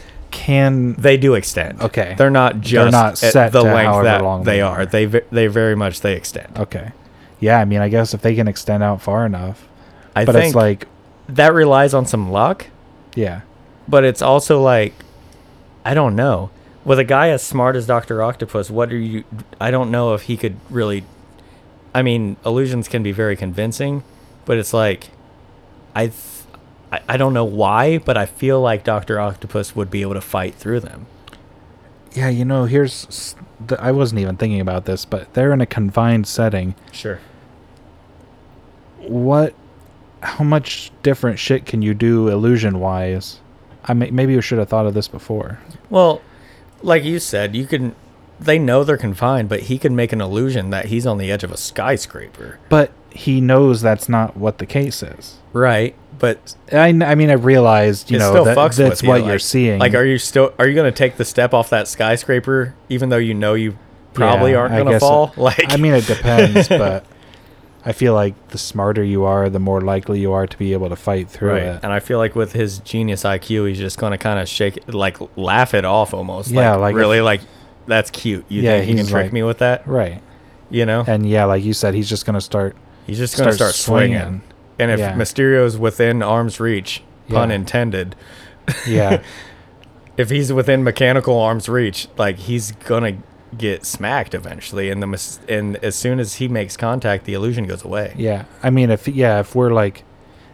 B: Can
A: They do extend.
B: Okay.
A: They're not just
B: not
A: at
B: set
A: the
B: to
A: length
B: however
A: that
B: long
A: they
B: they
A: are.
B: are.
A: They ve- they very much they extend.
B: okay, yeah. I mean, I guess if they can extend out far enough,
A: I
B: but
A: think
B: it's like,
A: that relies on some luck,
B: yeah,
A: but it's also like I don't know. With a guy as smart as Doctor Octopus, what are you? I don't know if he could really. I mean, illusions can be very convincing, but it's like I. Th- I I don't know why, but I feel like Doctor Octopus would be able to fight through them.
B: yeah. You know, here's s- the, I wasn't even thinking about this, but they're in a confined setting.
A: Sure.
B: What? How much different shit can you do illusion wise? I may, maybe we should have thought of this before.
A: Well, like you said, you can. They know they're confined, but he can make an illusion that he's on the edge of a skyscraper.
B: But he knows that's not what the case is.
A: Right, but
B: I, I mean, I realized, you
A: it
B: know,
A: still
B: that,
A: fucks
B: that's
A: with you,
B: what
A: like-
B: you're seeing.
A: Like, are you still are you going to take the step off that skyscraper, even though you know you probably
B: Yeah,
A: aren't
B: I
A: going to
B: guess-
A: fall? Like,
B: I mean, it depends, but I feel like the smarter you are, the more likely you are to be able to fight through
A: right.
B: it.
A: And I feel like with his genius IQ, he's just going to kind of shake, it, like laugh it off almost.
B: Yeah,
A: like,
B: like
A: really, like that's cute. You
B: Yeah,
A: think he can
B: he's
A: trick
B: like-
A: me with that?
B: Right.
A: You know,
B: And yeah, like you said, he's just going to start.
A: he's just going to start
B: start
A: swinging.
B: swinging.
A: And if
B: Yeah.
A: Mysterio's within arm's reach, pun
B: Yeah.
A: intended,
B: Yeah.
A: if he's within mechanical arm's reach, like he's gonna get smacked eventually, and the mis- and as soon as he makes contact, the illusion goes away.
B: yeah. I mean, if, yeah, if we're like,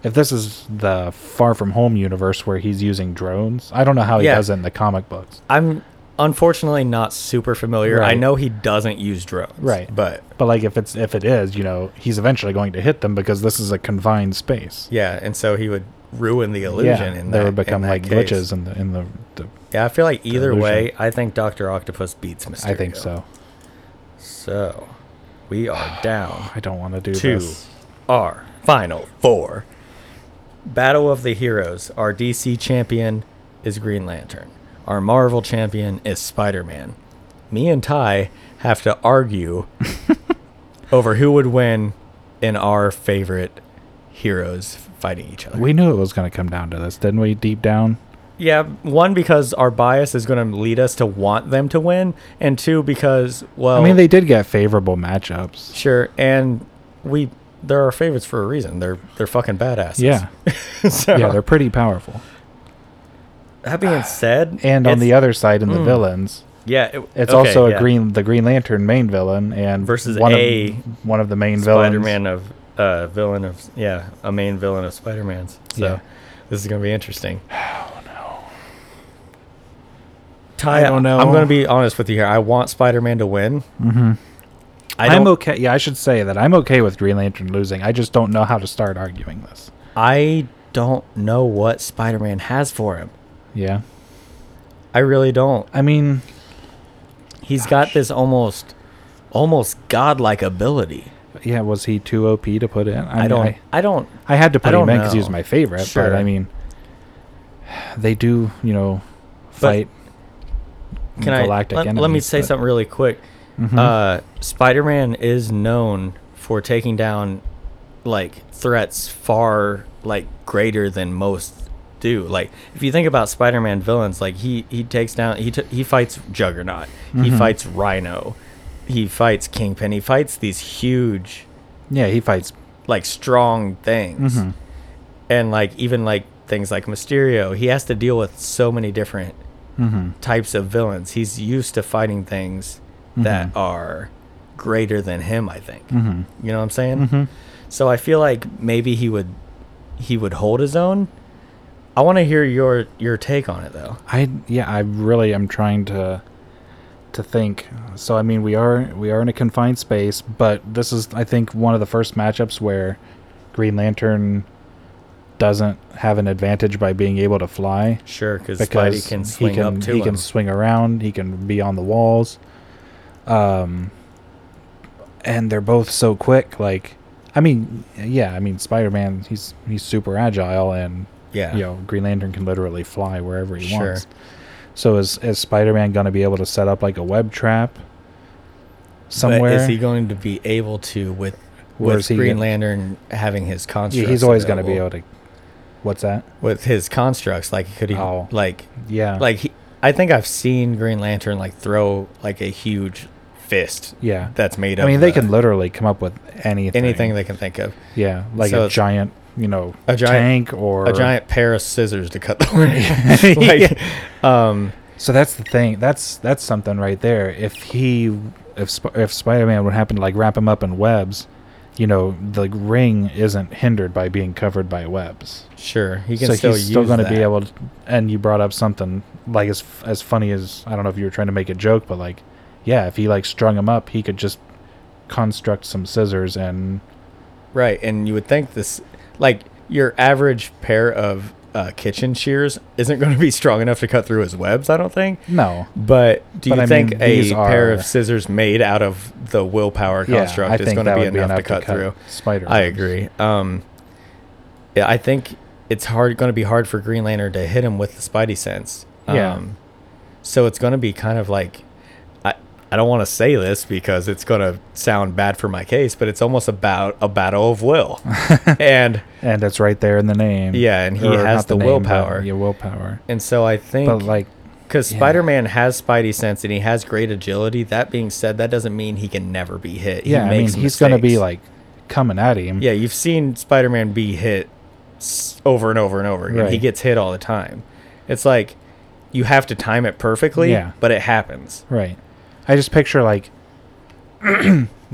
B: if this is the far from home universe where he's using drones, I don't know how he
A: Yeah.
B: does it in the comic books,
A: I'm unfortunately not super familiar. I
B: Right.
A: know he doesn't use drones,
B: Right.
A: But
B: but like if it's, if it is, you know, he's eventually going to hit them because this is a confined space.
A: yeah, and so he would ruin the illusion, and
B: they
A: that,
B: would
A: in
B: become
A: that
B: like
A: case.
B: glitches in the, in the, the
A: Yeah, I feel like either
B: illusion.
A: way, I think Doctor Octopus beats Mysterio.
B: I think so.
A: So we are down.
B: I don't want to do
A: two
B: this.
A: our final four. Battle of the Heroes. Our DC champion is Green Lantern. Our Marvel champion is Spider Man. Me and Ty have to argue over who would win in our favorite heroes fighting each other.
B: We knew it was going to come down to this, didn't we? Deep down.
A: Yeah, one because our bias is going to lead us to want them to win, and two because well,
B: I mean, they did get favorable matchups.
A: sure, and we they're our favorites for a reason. They're they're fucking badasses.
B: Yeah,
A: so, ah,
B: yeah, they're pretty powerful.
A: That being said,
B: And on
A: it's- Hmm.
B: the other side, in the villains,
A: yeah, it-
B: it's
A: okay,
B: also a
A: yeah.
B: green, the Green Lantern main villain, and
A: Versus
B: one
A: a
B: of one of the main
A: Spider-Man of uh, villain of yeah, a main villain of Spider-Man's. So
B: Yeah.
A: this is gonna be interesting. Oh no,
B: I
A: Ty, I
B: don't know.
A: I'm gonna be honest with you here. I want Spider-Man to win. Mm-hmm. I
B: villains.
A: don't.
B: I'm okay. Yeah, I should say that I'm okay with Green Lantern losing. I just don't know how to start arguing this.
A: I don't know what Spider-Man has for him.
B: Yeah,
A: I really don't.
B: I mean,
A: He's got this almost, almost godlike ability.
B: yeah, was he too OP to put in?
A: I,
B: mean,
A: don't.
B: I,
A: I don't.
B: I had to
A: I
B: put
A: don't
B: him in because he
A: know.
B: was my favorite.
A: Sure.
B: But I mean, they do, you know,
A: But-
B: fight.
A: can I let,
B: galactic
A: let me
B: enemies,
A: say
B: but- Mm-hmm.
A: something really quick. Uh, Spider-Man is known for taking down like threats far like greater than most do. Like if you think about Spider-Man villains, like he he takes down he t- he fights Juggernaut, he
B: Mm-hmm.
A: fights Rhino, he fights Kingpin, he fights these huge
B: Yeah, he fights.
A: like strong things
B: Mhm.
A: and like even like things like mysterio he has to deal with so many different
B: Mm-hmm.
A: types of villains he's used to fighting things
B: Mm-hmm.
A: that are greater than him i think you know what i'm saying
B: Mm-hmm.
A: so i feel like maybe he would he would hold his own i want to hear your your take on it though
B: I yeah, I really am trying to to think. So I mean, we are we are in a confined space, but this is I think one of the first matchups where Green Lantern doesn't have an advantage by being able to fly
A: sure because
B: because
A: spidey can swing
B: he can
A: up to
B: he
A: him
B: can swing around, he can be on the walls. Um and they're both so quick like I mean, yeah, I mean Spider-Man, he's he's super agile and
A: yeah
B: you know green lantern can literally fly wherever he
A: Sure.
B: wants so is is spider-man going to be able to set up like a web trap
A: But
B: somewhere
A: is he going to be able to with
B: Where's
A: with
B: he
A: Green
B: gonna-
A: Lantern having his constructs.
B: Yeah, he's always going to be
A: available.
B: able to. What's that?
A: with his constructs. Like could he
B: Oh.
A: like
B: Yeah.
A: like he, I think I've seen Green Lantern like throw like a huge fist.
B: Yeah.
A: that's made.
B: I
A: of
B: mean, they
A: the-
B: can literally come up with anything.
A: anything they can think of.
B: Yeah, like
A: So
B: a
A: it's-
B: giant, you know,
A: A giant-
B: tank or
A: A giant pair of scissors to cut the way. like, um,
B: So that's the thing. That's that's something right there. If he, if Sp- if Spider-Man would happen to like wrap him up in webs, you know, the ring isn't hindered by being covered by webs.
A: sure, he can
B: So
A: still
B: he's still
A: use
B: going to
A: that.
B: be able. to... And you brought up something like as f- as funny as I don't know if you were trying to make a joke, but like, yeah, if he like strung him up, he could just construct some scissors and
A: Right, and you would think this, like your average pair of uh, kitchen shears, isn't going to be strong enough to cut through his webs. I don't think.
B: no.
A: But do
B: But
A: you
B: I
A: think
B: mean,
A: a
B: these
A: pair
B: are-
A: of scissors made out of the willpower construct is going to
B: that
A: be
B: would
A: enough, to, cut through?
B: Spider.
A: I agree. Um, yeah, I think it's hard going to be hard for Green Lantern to hit him with the Spidey sense. Um,
B: Yeah.
A: So it's going to be kind of like I I don't want to say this because it's going to sound bad for my case, but it's almost about a battle of will. and
B: and it's right there in the name.
A: Yeah, and he
B: Or
A: has
B: not
A: the
B: name, but
A: willpower.
B: Yeah, willpower.
A: and so I
B: But
A: think
B: like,
A: Because
B: Yeah.
A: Spider Man has Spidey sense and he has great agility. That being said, that doesn't mean he can never be hit. He
B: yeah, I mean,
A: makes
B: he's going to be
A: mistakes.
B: like coming at him.
A: Yeah, you've seen Spider Man be hit s- over and over and over again. He
B: Right.
A: gets hit all the time. It's like you have to time it perfectly,
B: Yeah.
A: but it happens.
B: Right. I just picture like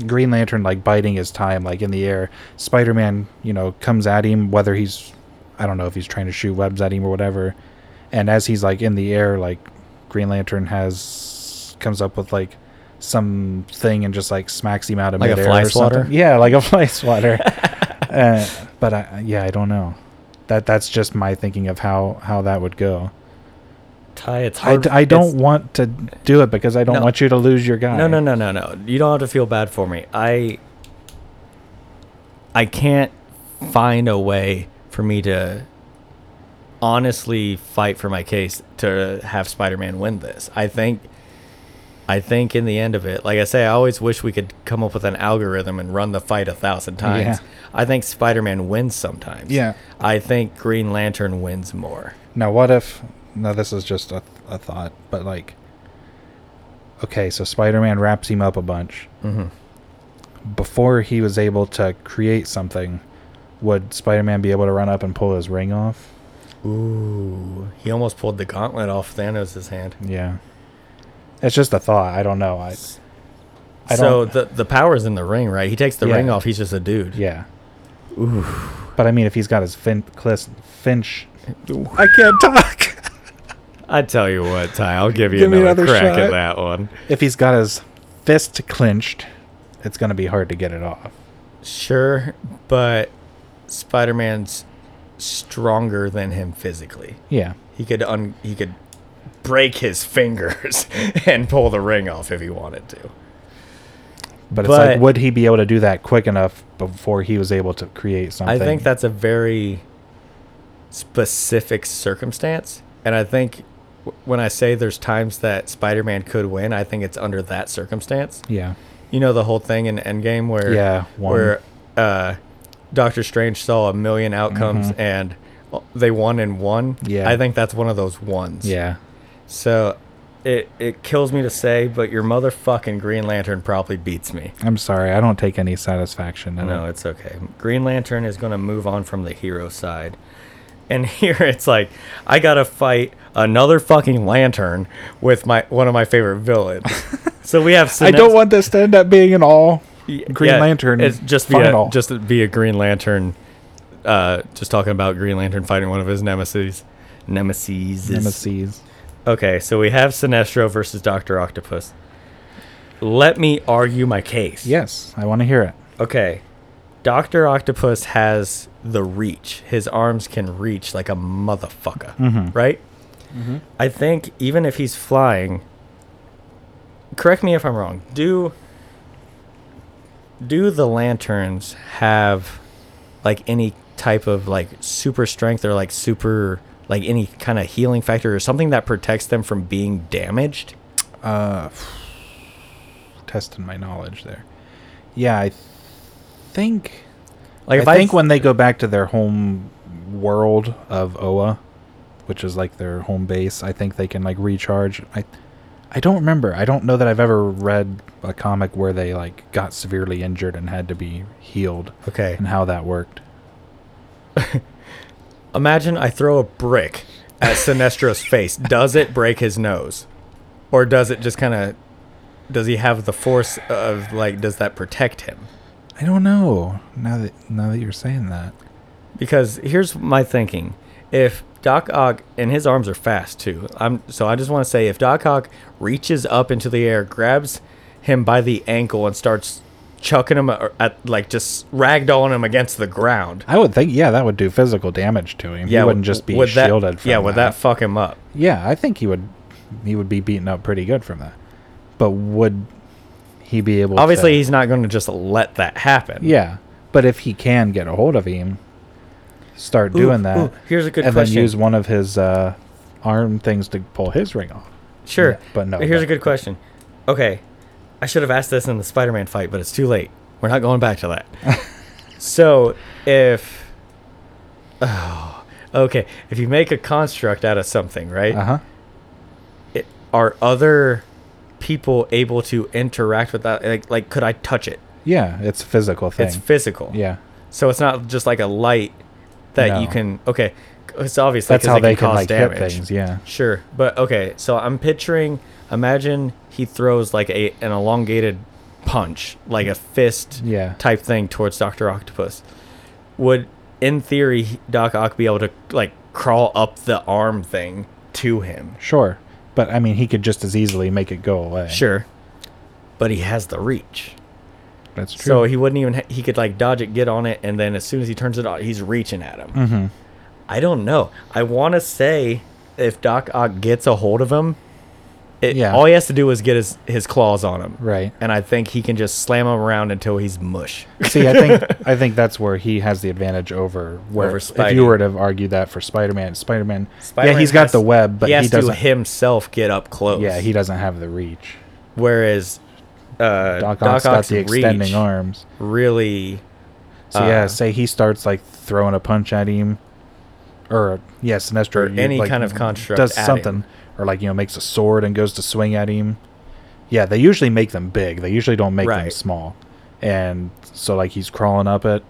B: Green Lantern like biting his time like in the air. Spider Man, you know, comes at him whether he's I don't know if he's trying to shoot webs at him or whatever. And as he's like in the air, like Green Lantern has comes up with like some thing and just like smacks him out of
A: Like a
B: midair
A: fly
B: or something.
A: swatter?
B: Yeah, like a fly swatter. uh, but I, yeah, I don't know. That that's just my thinking of how how that would go.
A: Ty, it's
B: I, d- I don't want to do it because I don't
A: No.
B: want you to lose your guy.
A: No, no, no, no, no. You don't have to feel bad for me. I. I can't find a way for me to honestly fight for my case to have Spider-Man win this. I think I think in the end of it, like I say, I always wish we could come up with an algorithm and run the fight a thousand times.
B: Yeah.
A: I think Spider-Man wins sometimes.
B: Yeah.
A: I think Green Lantern wins more.
B: Now, what if? Now, this is just a, a thought, but like, okay, so Spider-Man wraps him up a bunch.
A: Mhm.
B: Before he was able to create something, would Spider-Man be able to run up and pull his ring off?
A: Ooh, he almost pulled the gauntlet off Thanos' hand.
B: Yeah, it's just a thought. I don't know. I, I
A: so
B: don't-
A: the the power's in the ring, right? He takes the
B: Yeah.
A: ring off. He's just a dude.
B: yeah. Ooh. But I mean, if he's got his fin- clis- Finch,
A: I can't talk. I tell you what, Ty, I'll give you
B: Give me
A: another,
B: another
A: crack
B: shot.
A: at that one.
B: if he's got his fist clenched, it's gonna be hard to get it off.
A: Sure, but Spider Man's stronger than him physically.
B: Yeah.
A: He could un he could break his fingers and pull the ring off if he wanted to.
B: But it's
A: But-
B: like, would he be able to do that quick enough before he was able to create something?
A: I think that's a very specific circumstance, and I think w- when I say there's times that Spider-Man could win, I think it's under that circumstance.
B: Yeah.
A: You know the whole thing in Endgame where
B: Yeah, one.
A: where uh, Doctor Strange saw a million outcomes and they won in one.
B: Mm-hmm. Yeah.
A: I think that's one of those ones.
B: Yeah.
A: So it it kills me to say, but your motherfucking Green Lantern probably beats me.
B: I'm sorry. I don't take any satisfaction in
A: No,
B: it.
A: it's okay. Green Lantern is going to move on from the hero side. And here it's like I got to fight another fucking lantern with my one of my favorite villains. so we have
B: I don't
A: Sinest-
B: want this to end up being an all.
A: Y-
B: Green Lantern
A: It's just be a,
B: final.
A: just be a Green Lantern. Uh, just talking about Green Lantern fighting one of his nemesis. Nemesis.
B: Nemesis.
A: Okay, so we have Sinestro versus Doctor Octopus. Let me argue my case.
B: Yes, I want to hear it.
A: Okay. Doctor Octopus has the reach. His arms can reach like a motherfucker,
B: Mm-hmm.
A: right? I think even if he's flying, correct me if I'm wrong. Do do the lanterns have like any type of like super strength or like super like any kind of healing factor or something that protects them from being damaged?
B: Uh, testing my knowledge there. Yeah, I think
A: Like if
B: I
A: I
B: think when they go back to their home world of Oa, which is like their home base, I think they can like recharge. I I don't remember. I don't know that I've ever read a comic where they like got severely injured and had to be healed
A: okay,
B: and how that worked.
A: imagine I throw a brick at Sinestro's face. Does it break his nose, or does it just kind of? Does he have the force of like? Does that protect him?
B: I don't know. Now that now that you're saying that.
A: Because here's my thinking: if Doc Ock and his arms are fast too, I'm so I just want to say if Doc Ock reaches up into the air, grabs him by the ankle, and starts chucking him a- at like just ragdolling him against the ground.
B: I would think yeah, that would do physical damage to him. he wouldn't just be
A: would that-
B: shielded from
A: Yeah, would that fuck him up?
B: Yeah, I think he would he would be beaten up pretty good from that. But would he be able
A: Obviously,
B: to
A: he's not going to just let that happen.
B: Yeah, but if he can get a hold of him, start
A: Ooh,
B: doing that,
A: ooh, here's a good
B: and
A: question.
B: then use one of his uh, arm things to pull his ring off.
A: Sure.
B: Yeah, but no,
A: Here's a
B: that-
A: good question. Okay. I should have asked this in the Spider Man fight, but it's too late. We're not going back to that. so if oh, okay. If you make a construct out of something, right?
B: Uh huh.
A: It, are other people able to interact with that like like could I touch it?
B: Yeah, it's a physical thing.
A: It's physical.
B: yeah,
A: So it's not just like a light that you
B: No.
A: can okay. It's obviously
B: that's how they can
A: cause
B: like
A: damage.
B: hit things. Yeah,
A: Sure, but okay. So I'm picturing. Imagine he throws like a an elongated punch, like a fist
B: Yeah.
A: type thing towards Doctor Octopus. Would in theory Doc Ock be able to like crawl up the arm thing to him?
B: sure. But I mean, he could just as easily make it go away.
A: Sure, but he has the reach,
B: that's true.
A: so he wouldn't even. Ha- he could like dodge it, get on it, and then as soon as he turns it on, he's reaching at him.
B: hmm
A: I don't know. I want to say if Doc Ock gets a hold of him, it,
B: Yeah.
A: all he has to do is get his, his claws on him.
B: Right.
A: And I think he can just slam him around until he's mush.
B: See, I think I think that's where he has the advantage over where
A: Over
B: if you
A: Spidey.
B: were to argue that for Spider-Man, Spider-Man, yeah,
A: Spider-Man
B: he's got
A: has-
B: the web, but
A: he
B: he,
A: has to
B: doesn't.
A: himself get up close.
B: yeah, he doesn't have the reach.
A: Whereas uh,
B: Doc,
A: Doc,
B: Ock's got
A: Ock's
B: the extending
A: reach
B: arms.
A: really.
B: So yeah,
A: Uh,
B: say he starts like throwing a punch at him, or yeah, Sinestro,
A: Or
B: you-
A: any
B: like,
A: kind of construct
B: does
A: at
B: something,
A: him.
B: or like you know makes a sword and goes to swing at him. Yeah, they usually make them big. They usually don't make them
A: Right.
B: small, and so like he's crawling up it,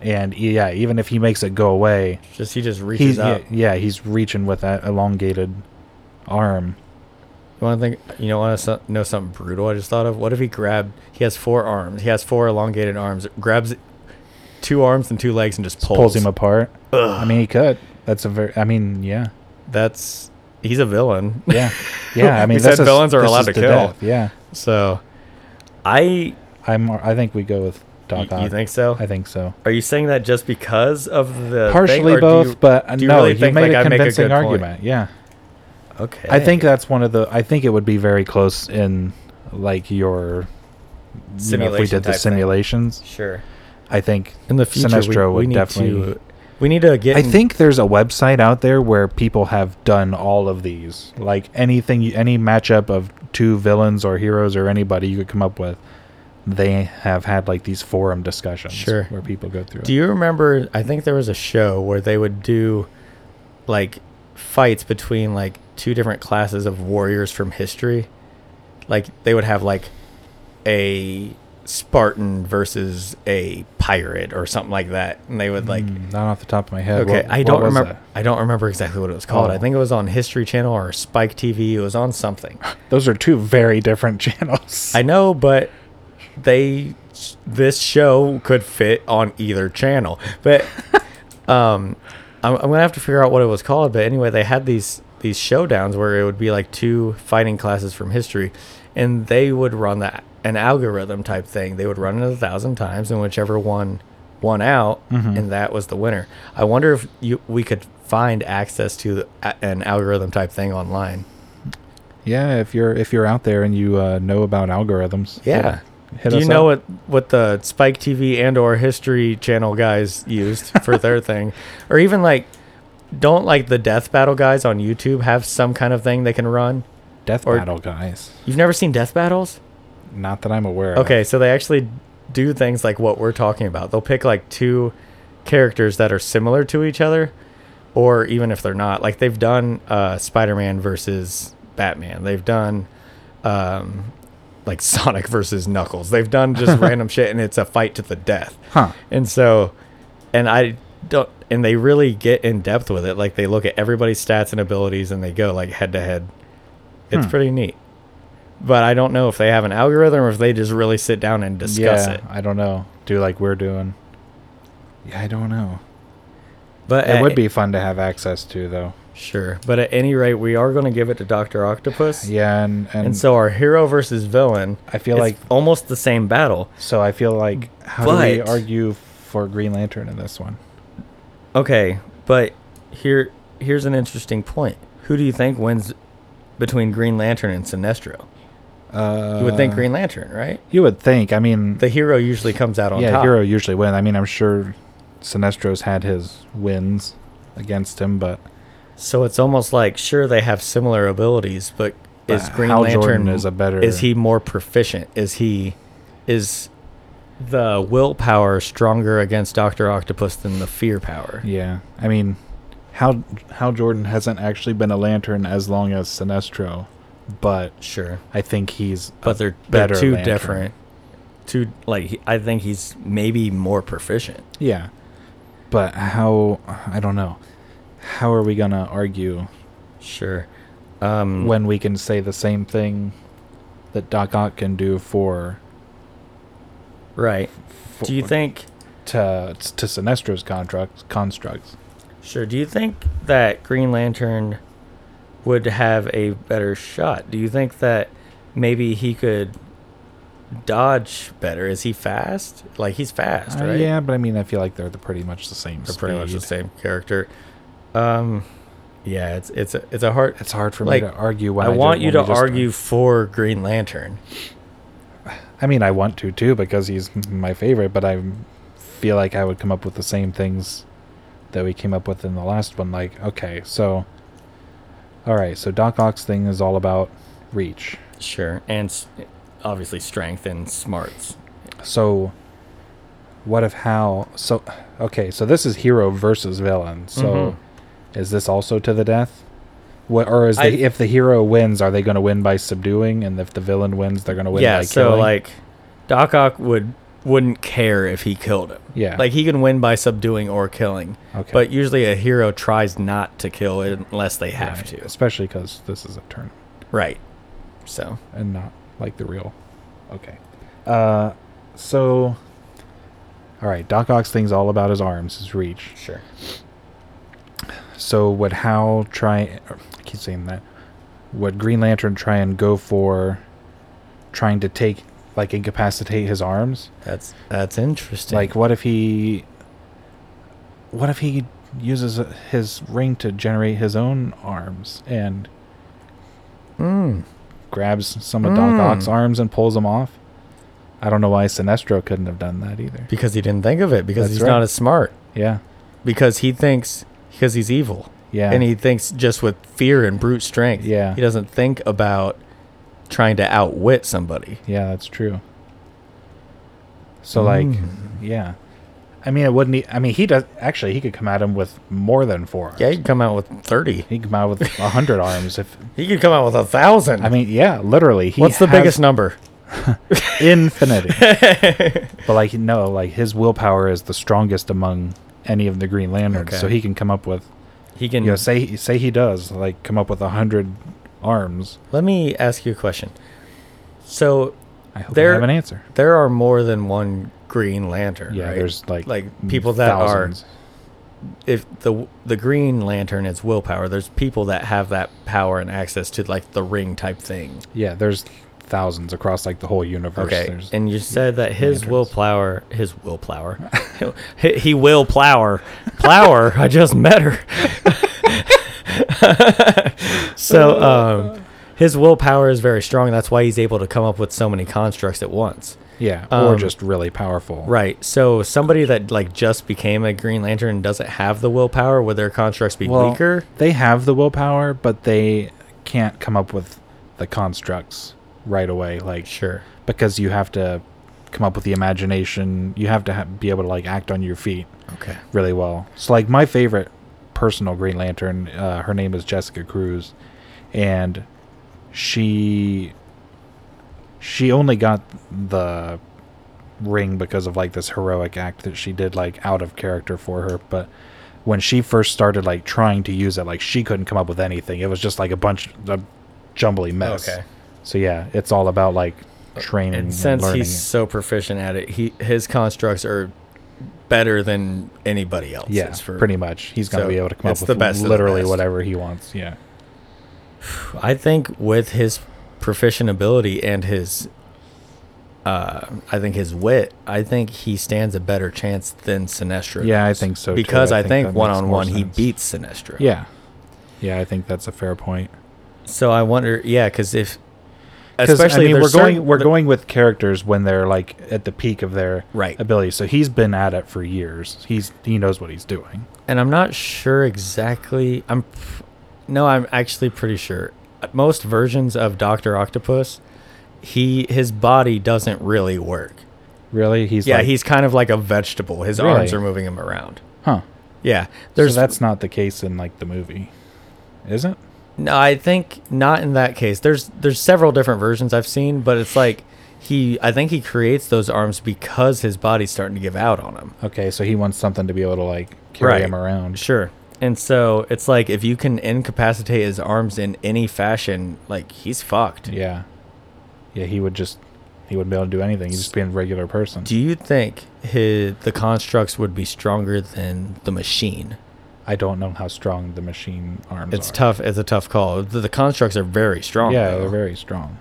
B: and yeah, even if he makes it go away,
A: Just he just reaches
B: he's yeah,
A: up.
B: yeah, he's reaching with that elongated arm.
A: You want to think? You know, want to know something brutal? I just thought of. What if he grabbed? He has four arms. He has four elongated arms. Grabs two arms and two legs and just pulls,
B: pulls him apart. I mean, he could. That's a very. I mean, yeah,
A: That's he's a villain.
B: yeah, yeah. I
A: We
B: mean,
A: said
B: this is-
A: villains are
B: this
A: allowed to
B: is
A: kill.
B: death, Yeah,
A: So, I
B: I'm. I think we go with
A: you,
B: Doc Ock.
A: you think so?
B: I think so.
A: Are you saying that just because of the thing,
B: Partially
A: or do
B: both,
A: you-
B: but uh,
A: do you
B: no,
A: really
B: you
A: think, like,
B: made a
A: I make a
B: convincing
A: good point?
B: argument. Yeah,
A: Okay,
B: I think uh, that's one of the. I think it would be very close in like your. You know, if
A: Simulation
B: we did the
A: type thing.
B: simulations,
A: sure.
B: I think
A: In the future,
B: Sinestro
A: we,
B: would
A: we need
B: definitely.
A: to we need to get.
B: I
A: in-
B: think there's a website out there where people have done all of these. Like anything, any matchup of two villains or heroes or anybody you could come up with, they have had like these forum discussions
A: Sure.
B: where people go through.
A: Do
B: it.
A: you remember? I think there was a show where they would do like fights between like two different classes of warriors from history. Like they would have like a Spartan versus a pirate or something like that, and they would like.
B: Mm, not off the top of my head.
A: Okay,
B: What-
A: I
B: what
A: don't
B: was
A: remember. I don't remember exactly what it was called.
B: Oh.
A: I think it was on History Channel or Spike TV. It was on something.
B: that? Those are two very different channels.
A: I know, but they this show could fit on either channel. But um, I'm, I'm gonna have to figure out what it was called. But anyway, they had these these showdowns where it would be like two fighting classes from history, and they would run that an algorithm type thing. They would run it a thousand times, and whichever one won out, and that was the winner. I wonder if you we could find access to a- an algorithm type thing online.
B: yeah, if you're if you're out there and you uh, know about algorithms,
A: Yeah.
B: hit- hit
A: Do you
B: us
A: know
B: up.
A: what what the Spike TV and or History Channel guys used for their thing, or even like don't like the Death Battle guys on YouTube have some kind of thing they can run?
B: Death
A: or-
B: battle guys.
A: You've never seen Death Battles?
B: Not that I'm aware. of.
A: Okay, so they actually do things like what we're talking about. They'll pick like two characters that are similar to each other, or even if they're not, like they've done uh, Spider Man versus Batman. They've done um, like Sonic versus Knuckles. They've done just random shit, and it's a fight to the death.
B: Huh.
A: And so, and I don't, and they really get in depth with it. Like they look at everybody's stats and abilities, and they go like head to head. It's
B: Hmm.
A: pretty neat. But I don't know if they have an algorithm or if they just really sit down and discuss
B: yeah,
A: it.
B: I don't know. Do like we're doing. Yeah, I don't know.
A: But
B: It
A: at-
B: would be fun to have access to, though.
A: sure. But at any rate, we are going to give it to Doctor Octopus.
B: Yeah, and and,
A: And so our hero versus villain,
B: I feel
A: it's
B: like
A: almost the same battle.
B: so. I feel like how do we
A: But-
B: argue for Green Lantern in this one?
A: Okay, but here here's an interesting point. Who do you think wins between Green Lantern and Sinestro?
B: Uh,
A: You would think Green Lantern, right?
B: You would think. I mean,
A: The hero usually comes out on
B: yeah,
A: top.
B: hero usually win. I mean, I'm sure Sinestro's had his wins against him, but
A: So it's almost like sure they have similar abilities, but is
B: But
A: Green
B: Hal
A: Lantern
B: Jordan is a better-
A: Is he more proficient? Is he is the willpower stronger against Doctor Octopus than the fear power?
B: yeah, I mean, how how Jordan hasn't actually been a Lantern as long as Sinestro, but
A: Sure,
B: I think he's a
A: but they're, they're
B: better
A: two
B: Lantern.
A: different. Two like he- I think he's maybe more proficient.
B: Yeah, but how I don't know. How are we gonna argue
A: Sure. Um,
B: when we can say the same thing that Doc Ock can do for,
A: right.
B: for
A: Do you think?
B: to to Sinestro's contracts constructs?
A: Sure. Do you think that Green Lantern would have a better shot? Do you think that maybe he could dodge better? Is he fast? Like he's fast,
B: Uh,
A: right?
B: yeah, but I mean, I feel like they're the pretty much the same.
A: They're pretty much the
B: speed.
A: same character. Um, yeah. It's it's a, it's a hard.
B: It's hard for
A: Like,
B: me to argue when
A: I
B: I,
A: want
B: ju-
A: you
B: when
A: to
B: we just-
A: argue for Green Lantern.
B: I mean, I want to too because he's my favorite, but I feel like I would come up with the same things that we came up with in the last one. Like, okay, so, all right, so Doc Ock's thing is all about reach.
A: Sure. And s- obviously strength and smarts.
B: So, what if how? So, okay, so this is hero versus villain. So, is this also to the death? What, or is the,
A: Mm-hmm. I-
B: if the hero wins, are they going to win by subduing? And if the villain wins, they're going to win
A: yeah,
B: by
A: so
B: killing?
A: like Doc Ock would wouldn't care if he killed him.
B: Yeah.
A: Like he can win by subduing or killing.
B: Okay.
A: But usually a hero tries not to kill it unless they have
B: Right,
A: to.
B: Especially because this is a turn
A: Right. So
B: and not like the real. Okay. Uh, so, all right. Doc Ock's thing's all about his arms, his reach.
A: sure.
B: So would Hal try? or, I keep saying that. Would Green Lantern try and go for trying to take, like, incapacitate his arms?
A: That's that's interesting.
B: Like, what if he? What if he uses uh, his ring to generate his own arms and
A: mm,
B: grabs some of Doc
A: Mm.
B: Ock's arms and pulls them off? I don't know why Sinestro couldn't have done that either.
A: because he didn't think of it, because
B: That's
A: he's
B: right.
A: not as smart.
B: Yeah,
A: Because he thinks because he's evil.
B: yeah.
A: And he thinks just with fear and brute strength.
B: Yeah.
A: He doesn't think about trying to outwit somebody.
B: Yeah, that's true. So like,
A: Mm.
B: yeah. I mean, it wouldn't. e- I mean, he does. Actually, he could come at him with more than four.
A: Yeah, he could come out with thirty.
B: he could come out with a hundred arms. If
A: He could come out with a thousand.
B: I mean, yeah, literally. He
A: What's the
B: has
A: biggest number?
B: Infinity. but like, no, like his willpower is the strongest among any of the Green Lanterns.
A: Okay. Hmm.
B: So he can come up with.
A: He can.
B: You know, say say he does like come up with a hundred arms.
A: Let me ask you a question. So
B: I hope
A: There-
B: I have an answer.
A: there are more than one Green Lantern.
B: Yeah,
A: right?
B: there's like
A: like people that
B: thousands.
A: are if the the Green Lantern is willpower. There's people that have that power and access to like the ring type thing.
B: Yeah, there's thousands across like the whole universe.
A: Okay,
B: There's,
A: and you said that his
B: lanterns.
A: willpower, his willpower, he, he will plower, plower. I just met her. so um, his willpower is very strong. That's why he's able to come up with so many constructs at once.
B: yeah, or
A: um,
B: just really powerful.
A: Right. So somebody that like just became a Green Lantern and doesn't have the willpower, would their constructs be
B: Well,
A: weaker?
B: they have the willpower, but they can't come up with the constructs right away. Like
A: Sure.
B: because you have to come up with the imagination. You have to ha- be able to like act on your feet
A: Okay.
B: really well. So like my favorite personal Green Lantern, uh, her name is Jessica Cruz, and she she only got the ring because of like this heroic act that she did like out of character for her, but when she first started like trying to use it, like she couldn't come up with anything. It was just like a bunch of jumbly mess.
A: Okay. Uh,
B: So yeah, it's all about like training
A: And
B: and
A: since
B: learning.
A: he's so proficient at it, he his constructs are better than anybody else's.
B: yeah,
A: for-
B: pretty much. He's gonna
A: so
B: be able to come up
A: it's
B: with
A: the best of the
B: literally
A: best.
B: whatever he wants. Yeah.
A: I think with his proficient ability and his, uh, I think his wit, I think he stands a better chance than Sinestro.
B: Yeah, I
A: does.
B: think so, too.
A: Because
B: I
A: I
B: think that
A: think
B: makes
A: one on one
B: more
A: he
B: sense.
A: beats Sinestro.
B: Yeah. Yeah, I think that's a fair point.
A: So I wonder, yeah, because if,
B: 'Cause,
A: especially
B: I mean,
A: there's
B: we're going
A: certain-
B: we're going with characters when they're like at the peak of their
A: Right.
B: ability. So he's been at it for years. He's he knows what he's doing.
A: and I'm not sure exactly. I'm f- no, I'm actually pretty sure. Most versions of Doctor Octopus, he his body doesn't really work.
B: Really? He's
A: yeah,
B: like,
A: he's kind of like a vegetable. His
B: Really?
A: arms are moving him around.
B: huh.
A: Yeah, there's
B: so that's not the case in like the movie, is it?
A: no. I think not in that case. There's there's several different versions I've seen, but it's like he. I think he creates those arms because his body's starting to give out on him.
B: Okay, so he wants something to be able to like carry
A: Right.
B: him around.
A: Sure. And so it's like if you can incapacitate his arms in any fashion, like he's fucked.
B: Yeah. Yeah, he would just he wouldn't be able to do anything. He'd just be a regular person.
A: Do you think his, the constructs would be stronger than the machine?
B: I don't know how strong the machine arms
A: It's
B: are.
A: tough. It's a tough call. The, the constructs are very strong.
B: Yeah,
A: though.
B: they're very strong.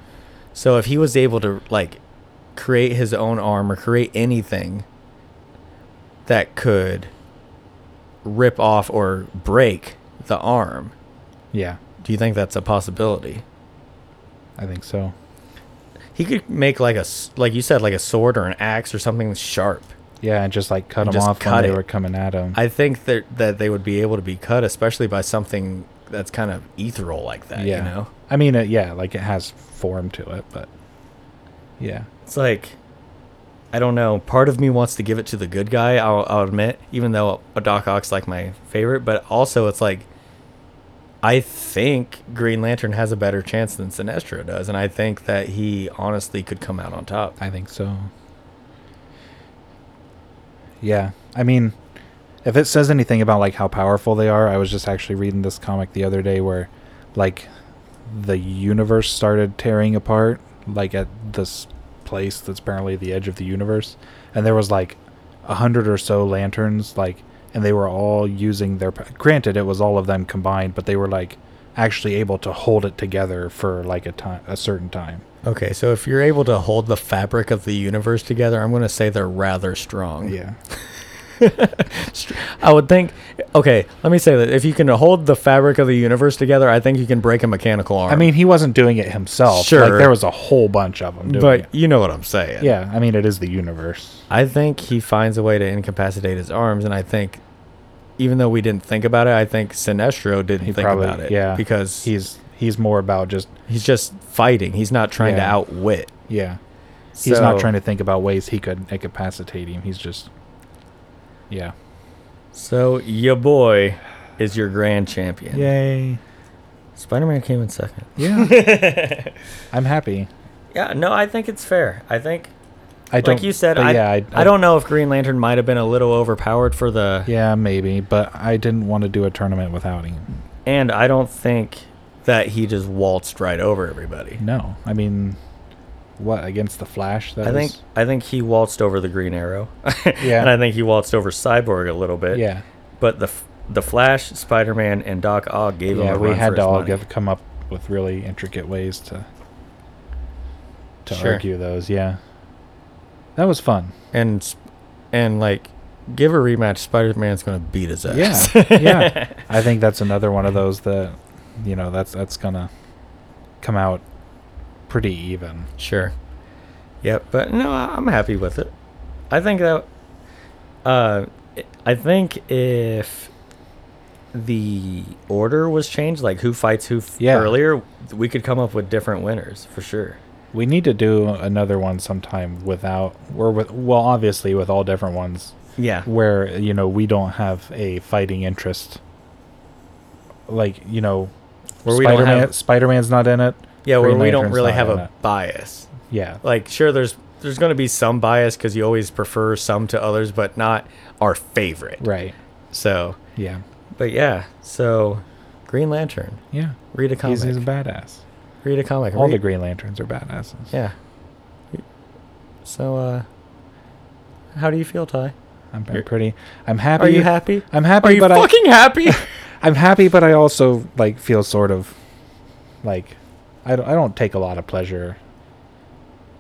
A: So if he was able to like create his own arm or create anything that could rip off or break the arm,
B: Yeah,
A: do you think that's a possibility?
B: I think so.
A: He could make like a s- like you said like a sword or an axe or something sharp.
B: Yeah, and just like cut
A: And
B: them
A: just
B: off
A: cut
B: when
A: it.
B: they were coming at him.
A: I think that that they would be able to be cut, especially by something that's kind of ethereal like that.
B: yeah,
A: You know,
B: I mean, it, yeah, like it has form to it, but yeah,
A: it's like I don't know. Part of me wants to give it to the good guy. I'll, I'll admit, even though Doc Ock's like my favorite, but also it's like I think Green Lantern has a better chance than Sinestro does, and I think that he honestly could come out on top.
B: I think so. Yeah, I mean, if it says anything about like how powerful they are, I was just actually reading this comic the other day where, like, the universe started tearing apart, like at this place that's apparently the edge of the universe, and there was like a hundred or so lanterns, like, and they were all using their. p- Granted, it was all of them combined, but they were like actually able to hold it together for like a time, a certain time.
A: Okay, so if you're able to hold the fabric of the universe together, I'm going to say they're rather strong.
B: Yeah.
A: I would think. Okay, let me say that if you can hold the fabric of the universe together, I think you can break a mechanical arm.
B: I mean, he wasn't doing it himself. Sure,
A: Sure.
B: like, there was a whole bunch of them doing
A: but
B: it.
A: you know what I'm saying.
B: Yeah, I mean, it is the universe.
A: I think he finds a way to incapacitate his arms, and I think, even though we didn't think about it, I think Sinestro didn't think about it.
B: yeah,
A: because he's
B: he's he's more about just
A: he's just fighting. He's not trying to
B: Yeah.
A: outwit.
B: yeah. He's not
A: So-
B: trying to think about ways he could incapacitate him. He's just yeah.
A: So your boy is your grand champion.
B: Yay!
A: Spider-Man came in second.
B: Yeah, I'm happy.
A: Yeah. No, I think it's fair. I think.
B: I don't,
A: like you said,
B: but
A: I,
B: yeah,
A: I, don't know if Green Lantern might have been a little overpowered for the,
B: Yeah, maybe, but I didn't want to do a tournament without him.
A: and I don't think that he just waltzed right over everybody.
B: No, I mean, what against the Flash? That
A: I think
B: is-
A: I think he waltzed over the Green Arrow,
B: Yeah.
A: and I think he waltzed over Cyborg a little bit.
B: yeah,
A: but the F- the Flash, Spider Man, and Doc Ock gave him.
B: yeah,
A: a
B: we
A: run
B: had
A: for
B: to
A: his
B: all
A: money.
B: give, come up with really intricate ways to to
A: Sure.
B: argue those. Yeah, that was fun.
A: and s- and like give a rematch. Spider Man's gonna beat his
B: Yeah,
A: ass.
B: yeah. I think that's another one of those that you know that's that's gonna come out pretty even.
A: Sure. Yep, but no, I- I'm happy with it. I think that uh I think if the order was changed, like who fights who f-
B: Yeah.
A: earlier, we could come up with different winners for sure.
B: We need to do another one sometime without, or with, well, obviously with all different ones
A: Yeah.
B: where you know we don't have a fighting interest. Like you know,
A: Where we don't
B: Spider-Man,
A: have-
B: Spider-Man's not in it.
A: Yeah, where
B: Green
A: we don't
B: Lantern's
A: really
B: not
A: have
B: in
A: a
B: it.
A: bias.
B: yeah,
A: Like, sure, there's there's going to be some bias because you always prefer some to others, but not our favorite.
B: right,
A: So,
B: yeah,
A: but yeah, so Green Lantern,
B: yeah.
A: read a comic,
B: He's, he's a badass.
A: read a comic,
B: All
A: read,
B: the Green Lanterns are badasses.
A: yeah. So, uh, how do you feel, Ty?
B: I'm, I'm pretty. I'm happy.
A: Are you happy?
B: I'm
A: Are
B: happy,
A: you
B: but I,
A: fucking happy?
B: I'm happy, but I also like feel sort of like I don't, I don't take a lot of pleasure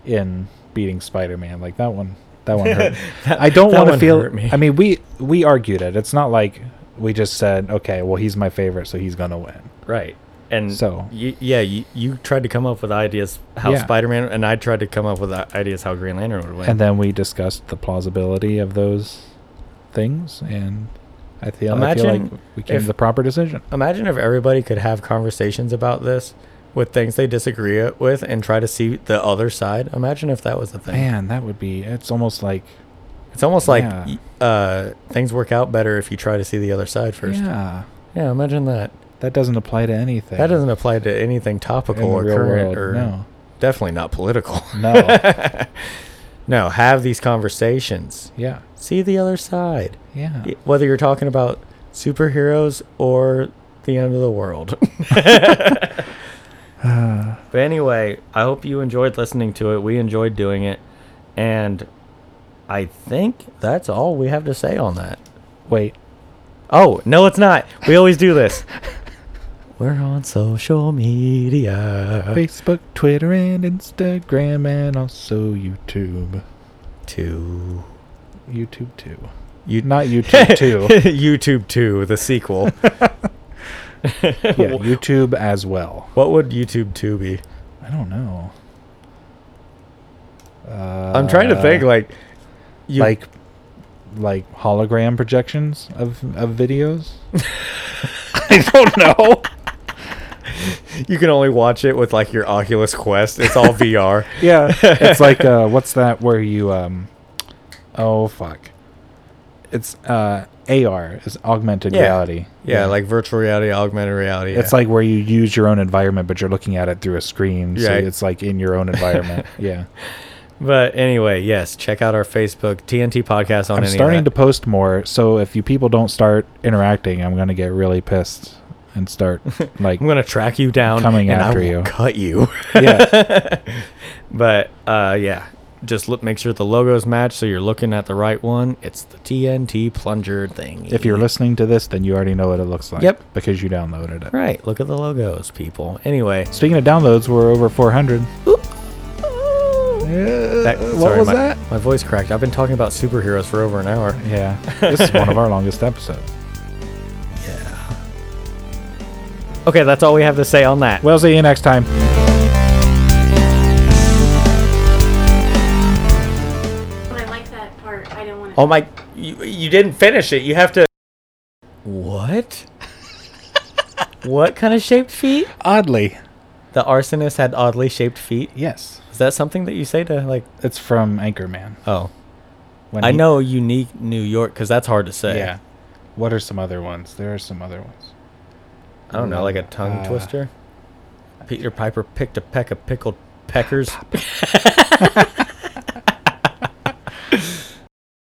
B: in beating Spider-Man. Like that one, that one hurt.
A: That-
B: I don't
A: that
B: want to
A: one
B: feel.
A: hurt me.
B: I mean, we we argued it. It's not like we just said, okay, well, he's my favorite, so he's gonna win.
A: Right. And
B: So-
A: y- yeah, you, you tried to come up with ideas how
B: Yeah.
A: Spider-Man, and I tried to come up with i- ideas how Green Lantern would win.
B: And then we discussed the plausibility of those things, and I feel I feel
A: Imagine
B: like we came to
A: if-
B: the proper decision.
A: Imagine if everybody could have conversations about this with things they disagree with and try to see the other side. Imagine if that was the thing.
B: Man, that would be. It's almost like
A: It's almost like
B: Yeah.
A: y uh, things work out better if you try to see the other side first. Yeah,
B: yeah,
A: imagine that.
B: that doesn't apply to anything.
A: That doesn't apply to anything topical
B: In the
A: or
B: real
A: current
B: world,
A: or
B: no.
A: definitely not political.
B: No.
A: no, have these conversations.
B: yeah.
A: See the other side.
B: Yeah.
A: Y- Whether you're talking about superheroes or the end of the world.
B: Uh,
A: But anyway, I hope you enjoyed listening to it. We enjoyed doing it. And I think that's all we have to say on that.
B: wait.
A: Oh, no, it's not. We always do this. We're on social media
B: Facebook, Twitter, and Instagram, and also YouTube.
A: too.
B: YouTube too.
A: You-
B: Not YouTube too.
A: YouTube 2, the sequel.
B: yeah, YouTube as well.
A: What would YouTube 2 be?
B: I don't know. Uh,
A: I'm trying to think like you,
B: like like hologram projections of of videos.
A: I don't know. you can only watch it with like your Oculus Quest. It's all VR.
B: Yeah, it's like uh, what's that where you um, oh fuck, it's uh AR is augmented
A: Yeah.
B: reality.
A: Yeah, like virtual reality, augmented reality.
B: It's like where you use your own environment, but you're looking at it through a screen. So
A: Right.
B: it's like in your own environment. yeah.
A: but anyway, yes. Check out our Facebook TNT podcast on.
B: I'm
A: any of
B: starting to
A: that.
B: post more. So if you people don't start interacting, I'm going to get really pissed and start like,
A: I'm gonna track you down.
B: Coming
A: and I
B: after
A: will
B: you.
A: Cut you.
B: yeah,
A: but uh, yeah, just look. Make sure the logos match so you're looking at the right one. It's the TNT plunger thing.
B: if you're listening to this, then you already know what it looks like.
A: Yep.
B: Because you downloaded it.
A: right, look at the logos, people. Anyway,
B: Speaking of downloads, we're over 400.
A: that-
B: Uh, what
A: sorry,
B: was
A: my,
B: that?
A: My voice cracked. I've been talking about superheroes for over an hour.
B: Yeah. This is one of our longest episodes.
A: Okay, that's all we have to say on that.
B: We'll see you next time.
C: But I like that part. I don't want to.
A: Oh my! You, you didn't finish it. You have to. What? what kind of shaped feet?
B: Oddly.
A: The arsonist had oddly shaped feet.
B: Yes.
A: Is that something that you say to like?
B: It's from Anchorman.
A: Oh,
B: When
A: I
B: he-
A: know unique New York because that's hard to say.
B: Yeah. What are some other ones? There are some other ones.
A: I don't know, like a tongue
B: Uh,
A: twister. Peter Piper picked a peck of pickled peckers.